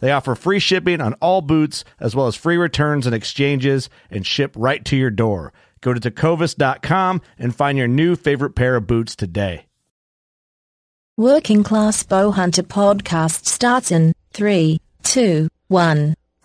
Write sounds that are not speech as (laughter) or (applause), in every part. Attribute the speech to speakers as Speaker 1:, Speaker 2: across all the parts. Speaker 1: They offer free shipping on all boots, as well as free returns and exchanges, and ship right to your door. Go to tecovas.com and find your new favorite pair of boots today.
Speaker 2: Working Class Bowhunter podcast starts in three, two, one.
Speaker 3: I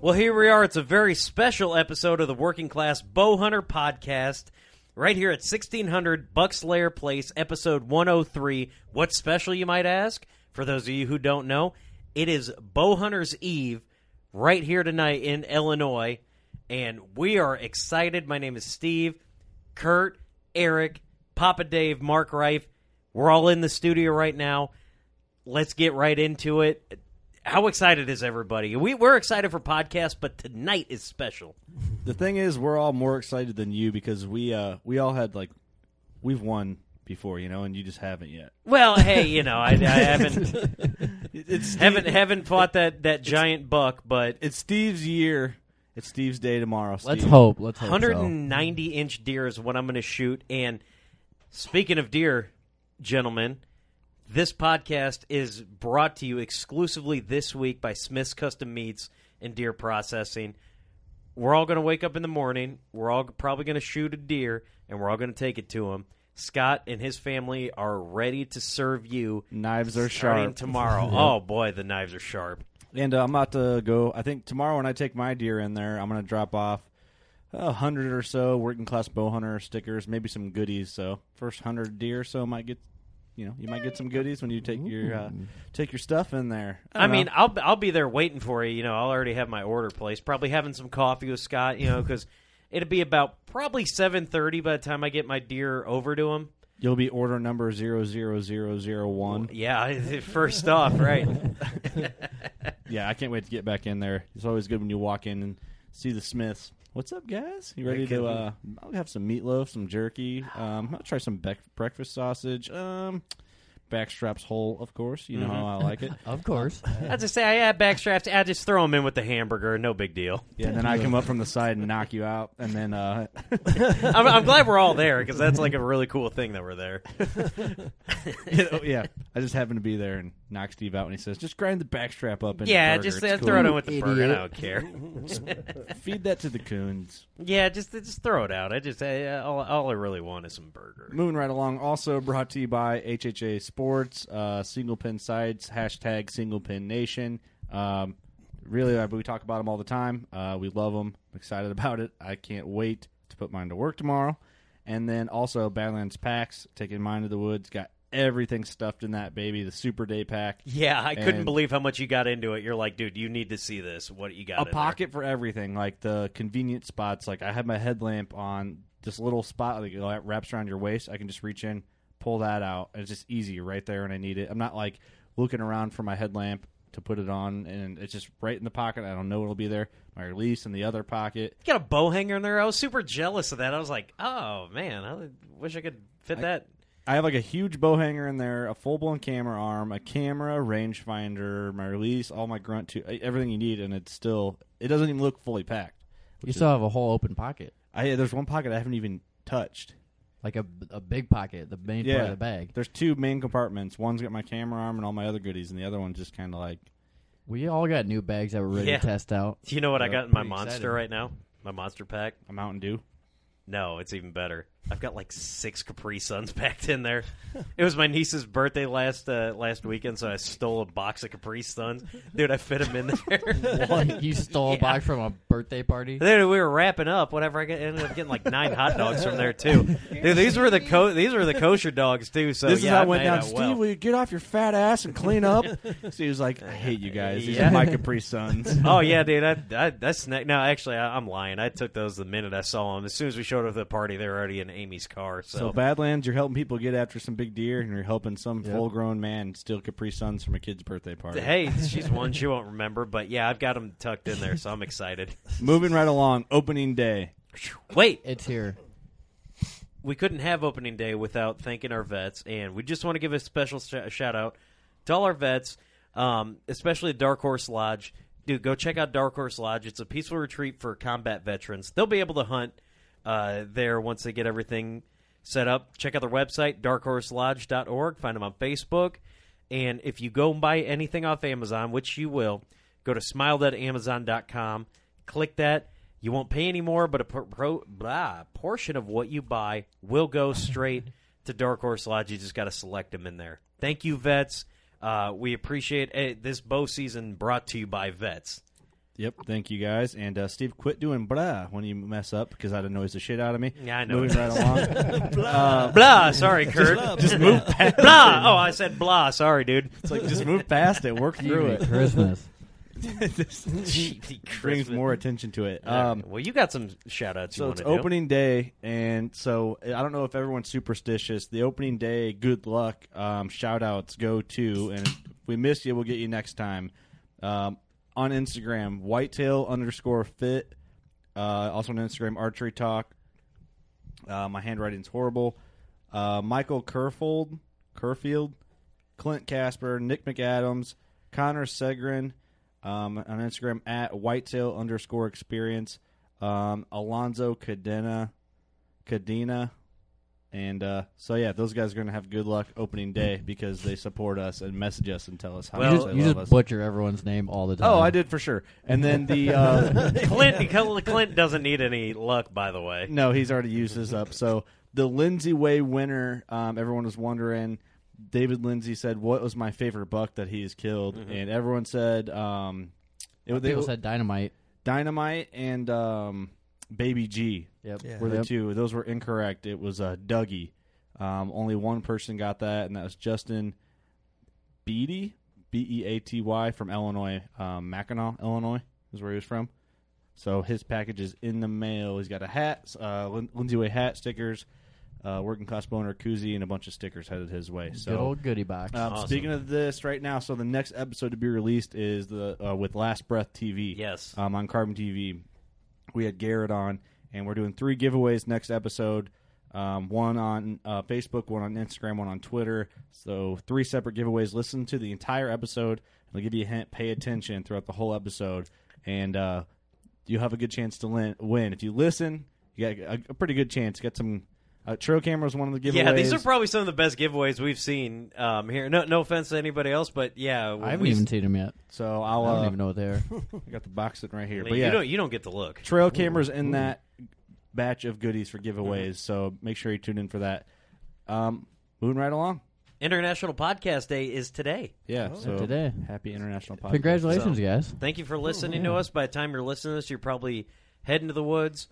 Speaker 4: Well, here we are. It's a very special episode of the Working Class Bowhunter podcast, right here at 1600 Bucks Lair Place, episode 103. What's special, you might ask? For those of you who don't know, it is Bowhunter's Eve right here tonight in Illinois, and we are excited. My name is Steve, Kurt, Eric, Papa Dave, Mark Reif. We're all in the studio right now let's get right into it. How excited is everybody? We, we're excited for podcasts, but tonight is special.
Speaker 5: The thing is, we're all more excited than you because we uh, we all had like we've won before, you know, and you just haven't yet.
Speaker 4: Well, hey, you know, I, I haven't haven't haven't fought that that giant buck, but
Speaker 5: It's Steve's year. It's Steve's day tomorrow. Steve.
Speaker 3: Let's hope. Let's hope.
Speaker 4: 190 inch deer is what I'm going to shoot. And speaking of deer, gentlemen, this podcast is brought to you exclusively this week by Smith's Custom Meats and Deer Processing. We're all going to wake up in the morning. We're all probably going to shoot a deer, and we're all going to take it to him. Scott and his family are ready to serve you
Speaker 5: Knives are
Speaker 4: starting
Speaker 5: sharp. (laughs)
Speaker 4: tomorrow. Oh boy, the knives are sharp.
Speaker 5: And uh, I'm about to go. I think tomorrow when I take my deer in there, I'm going to drop off a hundred or so working class bow hunter stickers, maybe some goodies. So first hundred deer or so might get, you know, you might get some goodies when you take your uh, take your stuff in there.
Speaker 4: I
Speaker 5: don't
Speaker 4: mean,
Speaker 5: know.
Speaker 4: I'll I'll be there waiting for you. You know, I'll already have my order placed. Probably having some coffee with Scott. You know, because it'll be about probably seven thirty by the time I get my deer over to him.
Speaker 5: you'll be order number zero zero zero zero one.
Speaker 4: Yeah, (laughs) I- first off, right?
Speaker 5: Yeah, I can't wait to get back in there. It's always good when you walk in and see the Smiths. What's up, guys? You ready to? Uh, I'll have some meatloaf, some jerky. Um, I'll try some bec breakfast sausage. Um,
Speaker 1: backstraps whole, of course. You know
Speaker 4: Mm-hmm.
Speaker 1: how I
Speaker 4: (laughs)
Speaker 1: like it.
Speaker 6: Of course.
Speaker 4: I just say I have backstraps. I just throw them in with the hamburger. No big deal.
Speaker 1: Yeah, and then I come up from the side and knock you out, and then uh, (laughs)
Speaker 4: I'm, I'm glad we're all there because that's like a really cool thing that we're there.
Speaker 1: you know, oh, yeah, I just happen to be there and knock Steve out, and he says, "Just grind the backstrap up and
Speaker 4: (laughs) yeah, just
Speaker 1: it's
Speaker 4: uh,
Speaker 1: cool.
Speaker 4: throw it in with the burger. I
Speaker 6: Idiot.
Speaker 4: don't care.
Speaker 1: Feed that to the coons."
Speaker 4: (laughs) yeah, just just throw it out. I just I, uh, all, all I really want is some burger.
Speaker 1: Moving right along, also brought to you by HHA Sports, uh, Single Pin Sites, hashtag Single Pin Nation. Um, really, uh, we talk about them all the time. Uh, we love them. Excited about it. I can't wait to put mine to work tomorrow. And then also Badlands Packs, taking mine to the woods. Got everything stuffed in that baby. The Super Day Pack.
Speaker 4: Yeah, I couldn't
Speaker 1: And-
Speaker 4: believe how much you got into it. You're like, dude, you need to see this. What you got? in
Speaker 1: a
Speaker 4: there?
Speaker 1: pocket for everything, like the convenient spots. Like I have my headlamp on this little spot like, that wraps around your waist. I can just reach in, pull that out. It's just easy right there when I need it. I'm not like looking around for my headlamp to put it on, and it's just right in the pocket. I don't know it'll be there. My release in the other pocket.
Speaker 4: You got a bow hanger in there. I was super jealous of that. I was like, oh man, I wish I could fit that.
Speaker 1: I have like a huge bow hanger in there, a full blown camera arm, a camera, rangefinder, my release, all my grunt to everything you need, and it's still it doesn't even look fully packed.
Speaker 6: You still have a whole open pocket,
Speaker 1: I there's one pocket I haven't even touched.
Speaker 6: like a, a big pocket, the main part of the bag.
Speaker 1: There's two main compartments. One's got my camera arm and all my other goodies, and the other one's just kind of like
Speaker 6: We all got new bags that we're ready
Speaker 4: Yeah.
Speaker 6: to test out.
Speaker 4: Do you know what I
Speaker 6: Yeah,
Speaker 4: got in my
Speaker 6: pretty
Speaker 4: monster
Speaker 6: excited.
Speaker 4: right now? My monster pack.
Speaker 1: a Mountain Dew.
Speaker 4: No, it's even better. I've got like six Capri Suns (laughs) packed in there. It was my niece's birthday last uh, last weekend, so I stole a box of Capri Suns. Dude, I fit them in there. (laughs)
Speaker 6: (laughs) you stole a box from a birthday party.
Speaker 4: Dude, we were wrapping up. Whatever, I got, ended up getting like nine hot dogs from there too. Dude, these were the co- these were the kosher dogs too. So
Speaker 1: this is
Speaker 4: yeah,
Speaker 1: how
Speaker 4: I
Speaker 1: I went
Speaker 4: made
Speaker 1: down.
Speaker 4: out
Speaker 1: Steve,
Speaker 4: well.
Speaker 1: will you get off your fat ass and clean (laughs) up? so he was like, I hate you guys. These
Speaker 4: Yeah.
Speaker 1: are my Capri (laughs) Suns.
Speaker 4: oh yeah, dude. I, I, that snack. No, actually, I, I'm lying. I took those the minute I saw them. As soon as we showed up at the party, they were already in Amy's car. So,
Speaker 1: So Badlands, you're helping people get after some big deer, and you're helping some full grown man steal Capri Suns from a kid's birthday party.
Speaker 4: hey, she's one she won't remember, but yeah, I've got them tucked in there, so I'm excited.
Speaker 1: Moving right along, opening day.
Speaker 4: Wait,
Speaker 6: It's here.
Speaker 4: we couldn't have opening day without thanking our vets, and we just want to give a special sh- shout out to all our vets, um, especially Dark Horse Lodge. Dude, go check out Dark Horse Lodge. It's a peaceful retreat for combat veterans. They'll be able to hunt uh, there once they get everything set up. Check out their website, darkhorselodge.org. Find them on Facebook. And if you go and buy anything off Amazon, which you will, go to smile.amazon.com, click that. You won't pay any more, but a por- pro- blah, portion of what you buy will go straight to Dark Horse Lodge. You just got to select them in there. Thank you, vets. Uh, we appreciate eh, this bow season brought to you by vets.
Speaker 1: Yep, thank you guys. And uh, Steve, quit doing blah when you mess up because that annoys the shit out of me.
Speaker 4: Yeah, I know.
Speaker 1: Moving right
Speaker 4: (laughs)
Speaker 1: along.
Speaker 4: Uh,
Speaker 1: (laughs)
Speaker 4: blah, sorry, Kurt. Just move past Blah. Oh, I said blah. Sorry, dude.
Speaker 1: It's
Speaker 4: (laughs)
Speaker 1: like just move past it, work through it. (laughs)
Speaker 6: Christmas.
Speaker 1: brings more attention to it. Um,
Speaker 4: well, you got some shout outs you
Speaker 1: so
Speaker 4: want
Speaker 1: it's
Speaker 4: to
Speaker 1: opening day, and so I don't know if everyone's superstitious. The opening day, good luck. Um, shout outs go to, and if we miss you, we'll get you next time. Um, on Instagram, whitetail underscore fit. Uh, also on Instagram, archery talk. Uh, my handwriting's horrible. Uh, Michael Kerfold, Kerfield, Clint Casper, Nick McAdams, Connor Segrin, um, on Instagram at whitetail underscore experience, um, Alonzo Cadena, Cadena, and uh, so yeah, those guys are going to have good luck opening day because they support us and message us and tell us how
Speaker 4: Well,
Speaker 6: you
Speaker 1: much
Speaker 6: just,
Speaker 1: they
Speaker 6: you
Speaker 1: love
Speaker 6: just
Speaker 1: us.
Speaker 6: butcher everyone's name all the time.
Speaker 1: Oh, I did for sure. And then the
Speaker 6: (laughs)
Speaker 1: uh,
Speaker 4: Clint, Clint doesn't need any luck, by the way.
Speaker 1: No, he's already used this up. So the Lindsay Way winner, um, everyone was wondering. David Lindsay said, "What was my favorite buck that he has killed?" And everyone said, um, it, they,
Speaker 6: People said dynamite.
Speaker 1: "Dynamite" and um, "Baby G"
Speaker 6: Yep.
Speaker 7: Yeah.
Speaker 1: were the
Speaker 6: Yep.
Speaker 1: two. Those were incorrect. It was uh, Dougie. Um, only one person got that, and that was Justin Beatty, B E A T Y, from Illinois, um, Mackinac, Illinois, is where he was from. So his package is in the mail. He's got a hat, uh, Lin- Lindsay Way hat, stickers, uh, working class boner koozie, and a bunch of stickers headed his way. So
Speaker 6: Good old goodie box.
Speaker 1: um, Speaking of this, right now, so the next episode to be released is the uh, with Last Breath TV.
Speaker 4: Yes.
Speaker 1: um, on Carbon TV, we had Garrett on, and we're doing three giveaways next episode. Um, one on uh, Facebook, one on Instagram, one on Twitter. So three separate giveaways. Listen to the entire episode. It'll give you a hint. Pay attention throughout the whole episode, and uh, you have a good chance to lin- win. If you listen, you got a, a pretty good chance. Got some. Uh, trail cameras, one of the giveaways.
Speaker 4: Yeah, these are probably some of the best giveaways we've seen um, here. No, no offense to anybody else, but yeah,
Speaker 6: I haven't even seen them yet.
Speaker 1: So I'll.
Speaker 6: I don't
Speaker 1: uh,
Speaker 6: even know what
Speaker 1: (laughs)
Speaker 6: they are.
Speaker 1: I got the box sitting right here.
Speaker 4: I mean,
Speaker 1: but yeah,
Speaker 4: you don't you don't get to look.
Speaker 1: trail cameras in that batch of goodies for giveaways. So make sure you tune in for that. Um, moving right along.
Speaker 4: International Podcast Day is today.
Speaker 1: Yeah. so
Speaker 6: today.
Speaker 1: Happy International Podcast.
Speaker 6: Congratulations,
Speaker 4: So-
Speaker 6: guys.
Speaker 4: Thank you for listening to us. By the time you're listening to us, you're probably heading to the woods,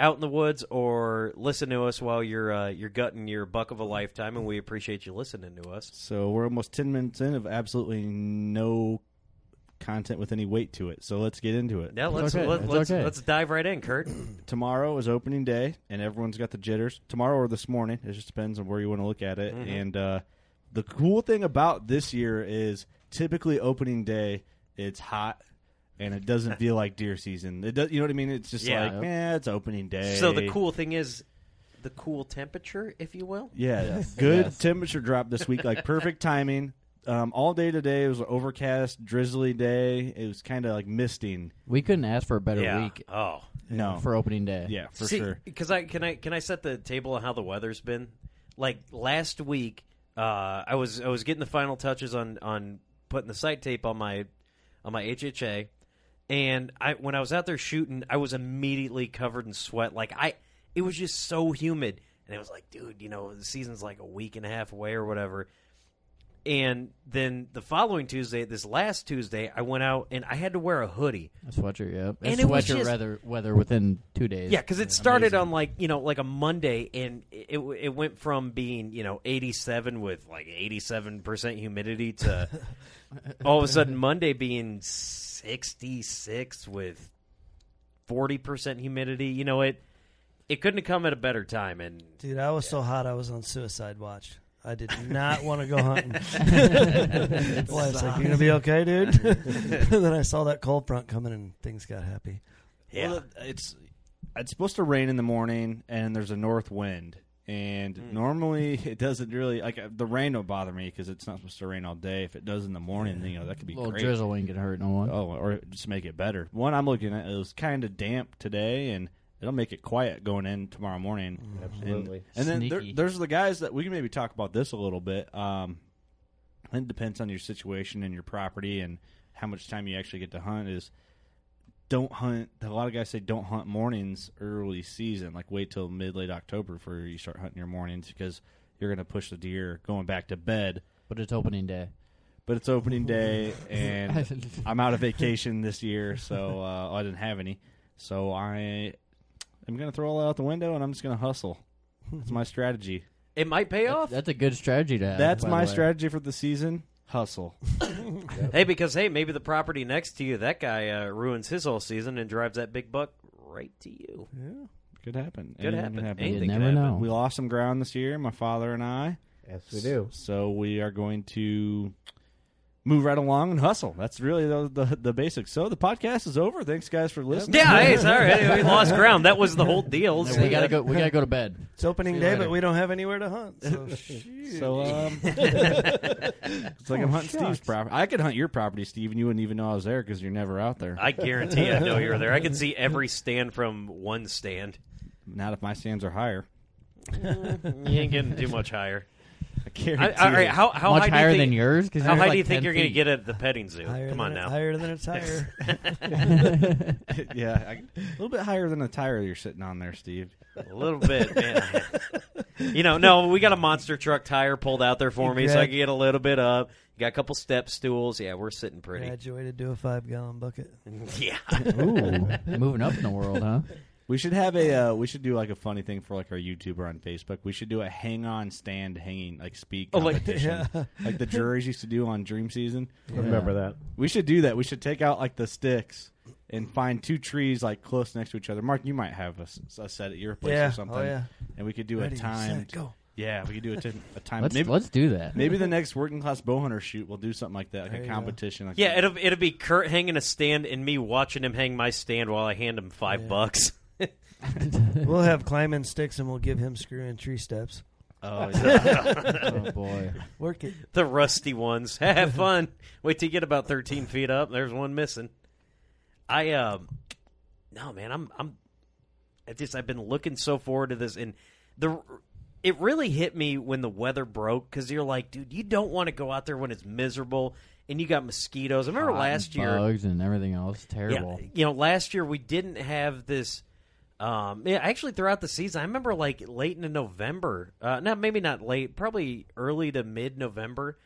Speaker 4: out in the woods, or listen to us while you're uh, you're gutting your buck of a lifetime. And we appreciate you listening to us.
Speaker 1: So we're almost ten minutes in of absolutely no content with any weight to it. So let's get into it.
Speaker 4: Now let's
Speaker 6: okay.
Speaker 4: let,
Speaker 6: It's
Speaker 4: let's
Speaker 6: okay.
Speaker 4: let's dive right in, Kurt.
Speaker 1: Tomorrow is opening day, and everyone's got the jitters. Tomorrow or this morning, it just depends on where you want to look at it.
Speaker 4: Mm-hmm.
Speaker 1: And uh, the cool thing about this year is typically opening day, it's hot. And it
Speaker 4: (laughs)
Speaker 1: doesn't feel like deer season. It does, you know what I mean? It's just
Speaker 4: Yeah.
Speaker 1: like, eh, it's opening day.
Speaker 4: So the cool thing is the cool temperature, if you will. (laughs)
Speaker 1: Yeah, good temperature drop this week. Like perfect timing. Um, all day today it was an overcast, drizzly day. It was kind of like misting.
Speaker 6: We couldn't ask for a better
Speaker 4: yeah.
Speaker 6: week
Speaker 4: Oh,
Speaker 1: No,
Speaker 6: for opening day.
Speaker 1: yeah, for sure.
Speaker 4: Because I can I can I set the table on how the weather's been. Like last week, uh, I was I was getting the final touches on on putting the sight tape on my on my HHA, and I when I was out there shooting, I was immediately covered in sweat. Like I, it was just so humid, and it was like, dude, you know, the season's like a week and a half away or whatever. And then the following Tuesday, this last Tuesday, I went out and I had to wear a hoodie.
Speaker 6: A sweatshirt, yeah.
Speaker 4: And
Speaker 6: And
Speaker 4: it was
Speaker 6: sweatshirt
Speaker 4: just-
Speaker 6: weather, weather within two days.
Speaker 4: Yeah, because it started on like you know like a Monday, and it it w- it went from being you know eighty seven with like eighty seven percent humidity (laughs) to all of a sudden Monday being sixty six with forty percent humidity. You know it it couldn't have come at a better time, and
Speaker 7: Dude, I was so hot I was on suicide watch. I did not want to go hunting. (laughs) Wife's like, "You gonna be okay, dude?" (laughs) and then I saw that cold front coming, and things got happy.
Speaker 4: yeah,
Speaker 1: Well, it's it's supposed to rain in the morning, and there's a north wind. And normally (laughs) it doesn't really like uh, the rain don't bother me because it's not supposed to rain all day. If it does in the morning, then, you know that could be
Speaker 6: A little
Speaker 1: great.
Speaker 6: drizzle ain't gonna hurt no one.
Speaker 1: Oh, or just make it better. One I'm looking at it was kind of damp today, and it'll make it quiet going in tomorrow morning. Absolutely. And, then there,
Speaker 6: Sneaky.
Speaker 1: there's the guys that we can maybe talk about this a little bit. Um, it depends on your situation and your property and how much time you actually get to hunt. Is don't hunt. A lot of guys say don't hunt mornings early season. Like wait till mid late October before you start hunting your mornings because you're going to push the deer going back to bed
Speaker 6: But it's opening day.
Speaker 1: but it's opening day and I'm out of vacation this year, so uh, I didn't have any. So I am gonna throw all out the window and I'm just gonna hustle. That's my strategy.
Speaker 4: it might pay off.
Speaker 6: That's a good strategy to have.
Speaker 1: That's
Speaker 6: by
Speaker 1: my
Speaker 6: the way.
Speaker 1: strategy for the season. Hustle.
Speaker 4: Hey, because hey, maybe the property next to you that guy uh, ruins his whole season and drives that big buck right to you.
Speaker 1: Could happen.
Speaker 4: Could
Speaker 1: Anything
Speaker 4: happen.
Speaker 1: can
Speaker 6: You
Speaker 4: Anything could
Speaker 6: never
Speaker 4: happen.
Speaker 6: know.
Speaker 1: We lost some ground this year, my father and I.
Speaker 8: Yes, we do.
Speaker 1: So we are going to move right along and hustle. That's really the the, the basics. So the podcast is over. Thanks guys for listening.
Speaker 4: Yeah, hey, sorry, hey, we (laughs) lost ground. That was the whole deal.
Speaker 6: And we gotta go. We gotta go to bed.
Speaker 7: It's opening day, but we don't have anywhere to hunt.
Speaker 4: (laughs)
Speaker 7: So
Speaker 1: (laughs) So um, Oh, it's like I'm hunting Steve's property. I could hunt your property, Steve, and you wouldn't even know I was there because you're never out there.
Speaker 4: I guarantee I know you're there. I can see every stand from one stand.
Speaker 1: Not if my stands are higher.
Speaker 4: You ain't getting too much higher.
Speaker 1: I guarantee.
Speaker 4: (laughs) I, all right,
Speaker 1: it.
Speaker 4: how how
Speaker 6: Much
Speaker 4: high
Speaker 6: higher
Speaker 4: do you
Speaker 6: than
Speaker 4: think,
Speaker 6: yours, because
Speaker 4: How high do you think you're going to get at the petting zoo?
Speaker 7: higher
Speaker 4: Come
Speaker 7: than
Speaker 4: on
Speaker 7: a-
Speaker 4: now.
Speaker 7: higher
Speaker 4: (laughs)
Speaker 7: than a tire.
Speaker 1: (laughs) yeah, I- a little bit higher than the tire you're sitting on there, Steve.
Speaker 4: A little bit, man. you know, no, we got a monster truck tire pulled out there for me, so I
Speaker 7: Greg.
Speaker 4: can get a little bit up. Got a couple step stools. Yeah, we're sitting pretty.
Speaker 7: Graduated to a five gallon bucket.
Speaker 4: (laughs) Yeah.
Speaker 6: (laughs) Ooh, moving up in the world, huh?
Speaker 1: We should have a. Uh, we should do like a funny thing for like our YouTuber on Facebook. We should do a hang on stand hanging like speed
Speaker 7: Oh,
Speaker 4: like-
Speaker 1: competition, (laughs) like, the juries used to do on Dream Season.
Speaker 8: Remember that.
Speaker 1: We should do that. We should take out like the sticks and find two trees like close next to each other. Mark, you might have a, s- a set at your place
Speaker 7: Yeah.
Speaker 1: or
Speaker 7: Oh,
Speaker 1: something.
Speaker 7: yeah.
Speaker 1: And we could do
Speaker 7: Ready,
Speaker 1: a
Speaker 7: set,
Speaker 1: time.
Speaker 7: go.
Speaker 1: Yeah, we could do a, ti-
Speaker 7: (laughs)
Speaker 1: a time.
Speaker 6: Let's
Speaker 1: Uh, maybe,
Speaker 6: let's do that.
Speaker 1: maybe the next working class bow hunter shoot, we'll do something like that, like
Speaker 7: There
Speaker 1: a
Speaker 7: you go.
Speaker 1: competition. Like
Speaker 4: Yeah, it'll it'll be Kurt hanging a stand and me watching him hang my stand while I hand him five bucks.
Speaker 7: we'll have climbing sticks and we'll give him screwing tree steps.
Speaker 4: Oh, yeah.
Speaker 6: oh boy.
Speaker 7: Work it.
Speaker 4: the rusty ones. (laughs) Have fun. Wait till you get about thirteen feet up. There's one missing. I um, no man, I'm I'm, I just I've been looking so forward to this, and the it really hit me when the weather broke because you're like, dude, you don't want to go out there when it's miserable and you got mosquitoes. I remember
Speaker 6: Hot
Speaker 4: last
Speaker 6: and
Speaker 4: year,
Speaker 6: bugs and everything else. Terrible.
Speaker 4: yeah, you know, last year we didn't have this. Um, yeah, actually, throughout the season, I remember like late into November. Uh, no, maybe not late, probably early to mid November.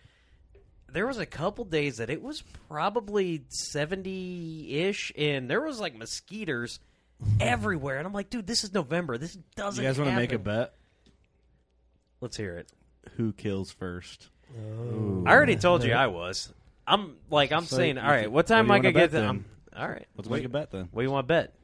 Speaker 4: There was a couple days that it was probably seventy ish, and there was like
Speaker 1: (laughs)
Speaker 4: mosquitoes everywhere. And I'm like, dude, this is November. This doesn't.
Speaker 1: You guys
Speaker 4: want to
Speaker 1: make a bet?
Speaker 4: Let's hear it.
Speaker 1: Who kills first?
Speaker 4: I already told you I was. I'm like, I'm
Speaker 1: So
Speaker 4: saying,
Speaker 1: you
Speaker 4: all right,
Speaker 1: should-
Speaker 4: what time
Speaker 1: what
Speaker 4: I
Speaker 1: do you
Speaker 4: could
Speaker 1: wanna
Speaker 4: get?
Speaker 1: bet then?
Speaker 4: to- I'm- all right,
Speaker 1: Let's
Speaker 4: what,
Speaker 1: make a bet then.
Speaker 4: What do you want to bet?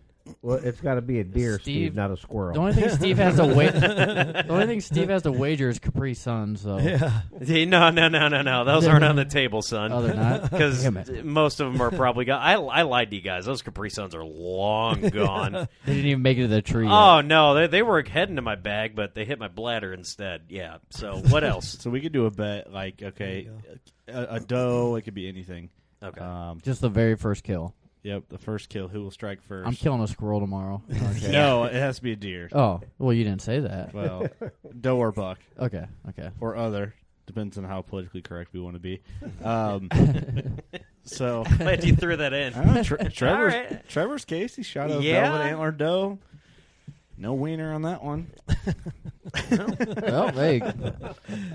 Speaker 8: Well, it's got to be a deer, Steve,
Speaker 6: Steve-
Speaker 8: not a squirrel.
Speaker 6: The only thing Steve has
Speaker 4: (laughs)
Speaker 6: to wait. the only thing Steve has to wager is Capri Sun. So
Speaker 7: Yeah.
Speaker 4: (laughs) No, no, no, no, no. Those aren't on the table, son. (laughs)
Speaker 6: other than that,
Speaker 4: Because
Speaker 6: Damn it.
Speaker 4: most of them
Speaker 6: (laughs)
Speaker 4: are probably gone. I, I lied to you guys. Those Capri Suns are
Speaker 6: (laughs)
Speaker 4: long gone.
Speaker 6: they didn't even make it to the tree. yet.
Speaker 4: oh no, they they were heading to my bag, but they hit my bladder instead. Yeah. So what
Speaker 6: (laughs)
Speaker 4: else? (laughs)
Speaker 1: So we could do a bet like okay, a, a doe. It could be anything.
Speaker 4: Okay.
Speaker 1: Um,
Speaker 6: just the very first kill.
Speaker 1: yep. The first kill. Who will strike 1st
Speaker 6: I'm killing a squirrel
Speaker 4: (laughs)
Speaker 6: tomorrow. Okay.
Speaker 1: No, it has to be a deer.
Speaker 6: Oh well, you didn't say that.
Speaker 1: Well, doe or buck
Speaker 6: Okay. Okay.
Speaker 1: or other depends on how politically correct we want to be.
Speaker 6: (laughs)
Speaker 1: Um, so.
Speaker 4: Glad you threw that in.
Speaker 1: I don't know, Tre- Trevor's,
Speaker 4: right.
Speaker 1: Trevor's case. He shot a
Speaker 4: Yeah.
Speaker 1: velvet antler doe. No wiener on that one.
Speaker 6: Well, hey,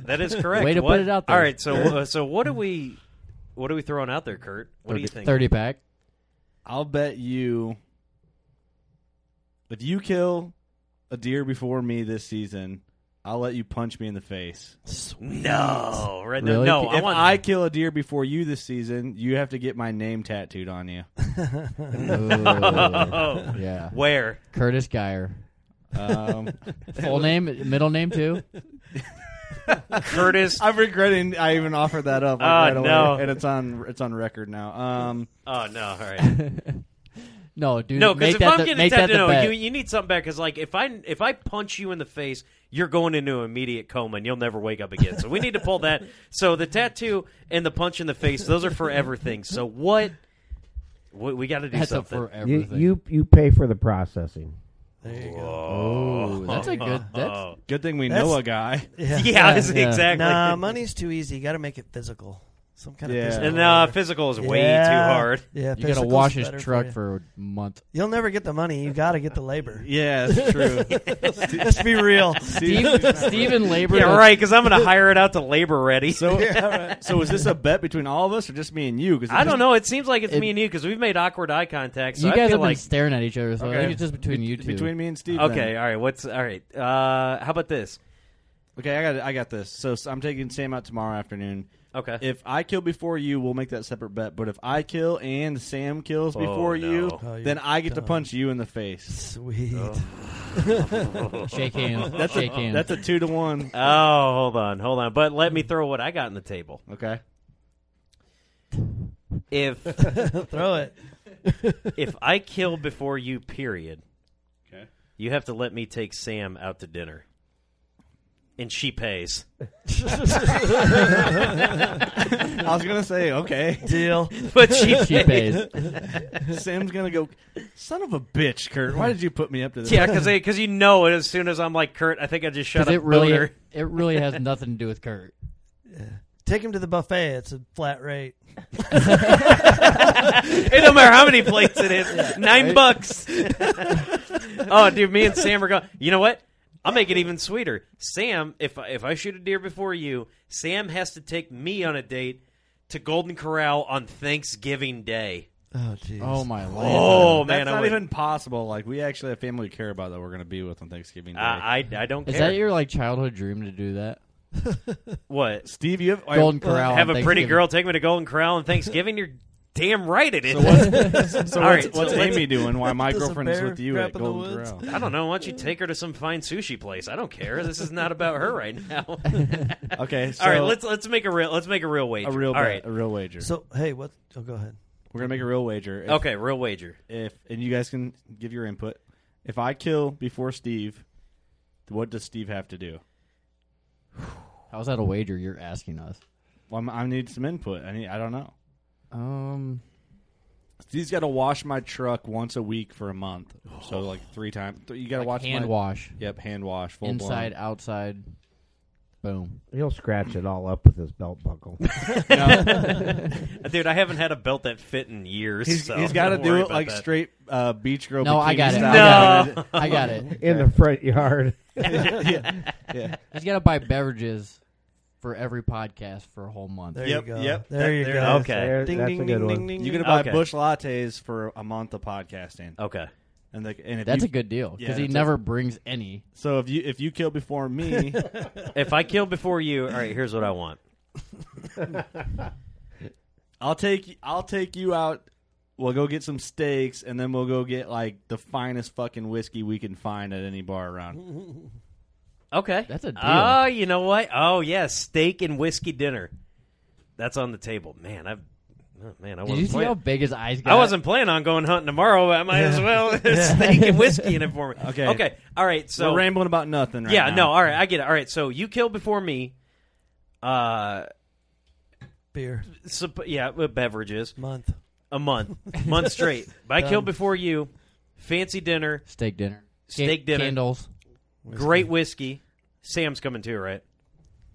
Speaker 4: That is correct.
Speaker 6: Way to
Speaker 4: What-
Speaker 6: put it out there.
Speaker 4: All right. So uh, so what do we what are we throwing out there, Kurt? What do you think?
Speaker 6: thirty pack.
Speaker 1: I'll bet you. If you kill a deer before me this season, I'll let you punch me in the face.
Speaker 4: No, right?
Speaker 6: Really?
Speaker 4: No, no I
Speaker 1: if
Speaker 4: want.
Speaker 1: I kill a deer before you this season, you have to get my name tattooed on you.
Speaker 8: (laughs)
Speaker 6: Ooh.
Speaker 4: (laughs) oh,
Speaker 6: yeah. (laughs)
Speaker 4: where?
Speaker 6: Curtis Geyer.
Speaker 1: Um,
Speaker 6: Full name, middle name too.
Speaker 4: Curtis.
Speaker 1: (laughs) I'm regretting I even offered that up. Like,
Speaker 4: Oh,
Speaker 1: right away,
Speaker 4: no.
Speaker 1: and it's on it's on record now. Um,
Speaker 4: Oh no! All right.
Speaker 6: No, dude.
Speaker 4: No, because
Speaker 6: make
Speaker 4: if
Speaker 6: that
Speaker 4: I'm
Speaker 6: the,
Speaker 4: getting
Speaker 6: make that
Speaker 4: tattooed,
Speaker 6: the
Speaker 4: no,
Speaker 6: bet.
Speaker 4: you, you need something back. Because like if I if I punch you in the face, you're going into an immediate coma and you'll never wake up again. So we need to pull that. So the tattoo and the punch in the face, those are forever things. So what? We, we got to do
Speaker 6: That's up
Speaker 4: something.
Speaker 6: for
Speaker 8: you,
Speaker 6: everything.
Speaker 8: you you pay for the processing.
Speaker 7: There you go.
Speaker 6: Ooh, that's
Speaker 4: (laughs)
Speaker 6: a good. That's
Speaker 4: Oh.
Speaker 1: good thing we
Speaker 7: That's-
Speaker 1: know a guy.
Speaker 4: yeah, it's- (laughs)
Speaker 6: yeah.
Speaker 4: exactly.
Speaker 7: Nah, money's too easy. You got to make it physical. Some kind
Speaker 1: Yeah.
Speaker 7: of physical.
Speaker 4: and uh,
Speaker 7: labor.
Speaker 4: physical is way
Speaker 7: Yeah.
Speaker 4: too hard.
Speaker 7: (laughs) Yeah,
Speaker 6: you got to
Speaker 7: physical's
Speaker 6: wash his
Speaker 7: better
Speaker 6: truck
Speaker 7: you.
Speaker 6: for a month.
Speaker 7: You'll never get the money. You got to get
Speaker 4: (laughs)
Speaker 7: the labor.
Speaker 1: (laughs) Yeah, it's (laughs) true.
Speaker 7: Let's be real.
Speaker 6: Steve, Steven
Speaker 4: (laughs)
Speaker 6: Labor.
Speaker 4: Yeah,
Speaker 6: does-
Speaker 4: right. Because I'm going to hire it out to labor ready.
Speaker 1: (laughs) So, so is this a bet between all of us or just me and you? Because
Speaker 4: I don't know. It seems like it's
Speaker 6: It-
Speaker 4: me and you because we've made awkward eye contact. So
Speaker 6: you
Speaker 4: I
Speaker 6: guys
Speaker 4: feel
Speaker 6: have
Speaker 4: like
Speaker 6: been staring at each other, so I
Speaker 1: Okay.
Speaker 6: think it's just between you two.
Speaker 1: Between me and Steve. then.
Speaker 4: okay. All right. What's all right? Uh, how about this?
Speaker 1: Okay, I got it. I got this. So, s I'm taking Sam out tomorrow afternoon.
Speaker 4: Okay.
Speaker 1: If I kill before you, we'll make that separate bet. But if I kill and Sam kills before you,
Speaker 4: no.
Speaker 7: Oh, you're
Speaker 1: then I get to
Speaker 7: dumb.
Speaker 1: punch you in the face.
Speaker 7: Sweet.
Speaker 4: Oh. (laughs)
Speaker 6: Shake hands.
Speaker 1: That's
Speaker 6: shake
Speaker 1: a,
Speaker 6: hands.
Speaker 1: That's a two to one.
Speaker 4: Oh, hold on, hold on. But let me throw what I got on the table.
Speaker 1: Okay.
Speaker 4: If
Speaker 7: Throw it.
Speaker 4: if I kill before you, period,
Speaker 1: Okay.
Speaker 4: you have to let me take Sam out to dinner, and she pays. (laughs)
Speaker 1: I was gonna say okay.
Speaker 4: (laughs)
Speaker 7: Deal.
Speaker 4: But she,
Speaker 6: she pays.
Speaker 1: Sam's gonna go. Son of a bitch, Kurt. Why did you put me up to this?
Speaker 4: yeah, because because you know it. As soon as I'm like Kurt, I think I just shut up.
Speaker 6: Because it really,
Speaker 4: boner.
Speaker 6: it really has nothing to do with
Speaker 4: (laughs)
Speaker 6: Kurt.
Speaker 7: Take him to the buffet. It's a flat rate.
Speaker 4: It don't matter how many plates it is. Nine
Speaker 1: (laughs)
Speaker 4: bucks. oh, dude, me and Sam are going. You know what? I'll make it even sweeter. Sam, if I, if I shoot a deer before you, Sam has to take me on a date to Golden Corral on Thanksgiving Day.
Speaker 7: Oh, jeez.
Speaker 6: Oh my lord.
Speaker 4: Oh
Speaker 1: That's
Speaker 4: man,
Speaker 1: not
Speaker 4: I would-
Speaker 1: even possible. Like we actually have family we care about that we're gonna be with on Thanksgiving Day.
Speaker 4: I, I I don't
Speaker 6: Is
Speaker 4: care.
Speaker 6: that your like childhood dream to do that?
Speaker 4: what?
Speaker 1: Steve, you have (laughs)
Speaker 6: Golden Corral.
Speaker 4: Have
Speaker 6: on
Speaker 4: a pretty
Speaker 6: Thanksgiving.
Speaker 4: girl take me to Golden Corral on Thanksgiving? You're damn right it is.
Speaker 1: So
Speaker 4: All
Speaker 1: what's,
Speaker 4: right,
Speaker 1: what's
Speaker 4: so let's-
Speaker 1: Amy doing? Why my
Speaker 7: Does a
Speaker 1: girlfriend's
Speaker 7: bear
Speaker 1: with you
Speaker 7: crap
Speaker 1: at
Speaker 7: in the
Speaker 1: Golden
Speaker 7: woods?
Speaker 1: Corral?
Speaker 4: I don't know. Why don't you take her to some fine sushi place? I don't care. This is not about her right
Speaker 6: (laughs)
Speaker 4: now.
Speaker 1: Okay, so
Speaker 4: All right, let's let's make a real let's make a real wager.
Speaker 1: a real
Speaker 4: All
Speaker 1: bet,
Speaker 4: right.
Speaker 1: a real wager.
Speaker 7: So, hey, what? Oh, go ahead.
Speaker 1: We're gonna make a real wager. If,
Speaker 4: Okay, real wager.
Speaker 1: if and you guys can give your input. If I kill before Steve, what does Steve have to do?
Speaker 6: How's that a wager you're asking us?
Speaker 1: Well, I'm, I need some input. I need. I don't know.
Speaker 6: Um,
Speaker 1: Steve's got to wash my truck once a week for a month,
Speaker 4: (sighs)
Speaker 1: so like three times. You got to
Speaker 6: Like
Speaker 1: watch
Speaker 6: hand
Speaker 1: my,
Speaker 6: wash.
Speaker 1: Yep, hand wash. Full
Speaker 6: inside,
Speaker 1: blown.
Speaker 6: outside, boom.
Speaker 8: He'll scratch it all up with his belt
Speaker 7: (laughs)
Speaker 8: buckle.
Speaker 4: Dude, I haven't had a belt that fit in years.
Speaker 1: He's,
Speaker 4: so
Speaker 1: he's got to
Speaker 4: don't worry
Speaker 1: do it
Speaker 4: about
Speaker 1: like
Speaker 4: that.
Speaker 1: straight uh, beach girl.
Speaker 6: No, I
Speaker 1: bikini
Speaker 6: got it. I
Speaker 1: style.
Speaker 6: got it.
Speaker 1: (laughs)
Speaker 6: I got it.
Speaker 8: in the front yard.
Speaker 1: yeah, yeah.
Speaker 6: He's got to buy beverages for every podcast for a whole month.
Speaker 7: There
Speaker 1: Yep,
Speaker 7: you go.
Speaker 1: yep.
Speaker 7: There
Speaker 1: That-
Speaker 7: you
Speaker 1: there it
Speaker 7: go.
Speaker 4: is. Okay.
Speaker 8: There-
Speaker 7: Ding,
Speaker 8: that's
Speaker 7: ding,
Speaker 8: a good
Speaker 7: ding,
Speaker 8: one.
Speaker 7: ding, ding.
Speaker 1: You're gonna buy
Speaker 4: Okay. Oh.
Speaker 1: Bush lattes for a month of podcasting,
Speaker 4: Okay.
Speaker 1: and like, and if
Speaker 6: That's
Speaker 1: you,
Speaker 6: a good deal because
Speaker 1: Yeah,
Speaker 6: he
Speaker 1: that's
Speaker 6: never brings any.
Speaker 1: So if you if you kill before
Speaker 6: (laughs)
Speaker 1: me,
Speaker 4: If I kill before you, all right, here's what I want.
Speaker 1: I'll take I'll take you out. We'll go get some steaks, and then we'll go get like the finest fucking whiskey we can find at any bar around.
Speaker 4: Okay.
Speaker 6: That's a deal.
Speaker 4: Oh, you know what? Oh, yeah, steak and whiskey dinner. That's on the table. Man, I've oh, man, I
Speaker 6: Did you
Speaker 4: wasn't
Speaker 6: see how
Speaker 4: planning.
Speaker 6: big his eyes got?
Speaker 4: I wasn't planning on going hunting tomorrow. But I might
Speaker 1: (laughs)
Speaker 4: as well (laughs) steak and whiskey in it for me.
Speaker 1: Okay.
Speaker 4: Okay. All right.
Speaker 1: So
Speaker 4: So
Speaker 1: We're rambling about nothing. right
Speaker 4: yeah.
Speaker 1: now.
Speaker 4: No. All right. I get it. All right. So you kill before me. Uh.
Speaker 7: Beer
Speaker 4: sup- yeah. With beverages.
Speaker 7: month.
Speaker 4: A month. month straight. If I kill
Speaker 7: Done.
Speaker 4: before you. Fancy dinner.
Speaker 6: Steak dinner.
Speaker 4: Steak
Speaker 6: Ca-
Speaker 4: dinner.
Speaker 6: Candles.
Speaker 4: Great whiskey. Sam's coming too, right?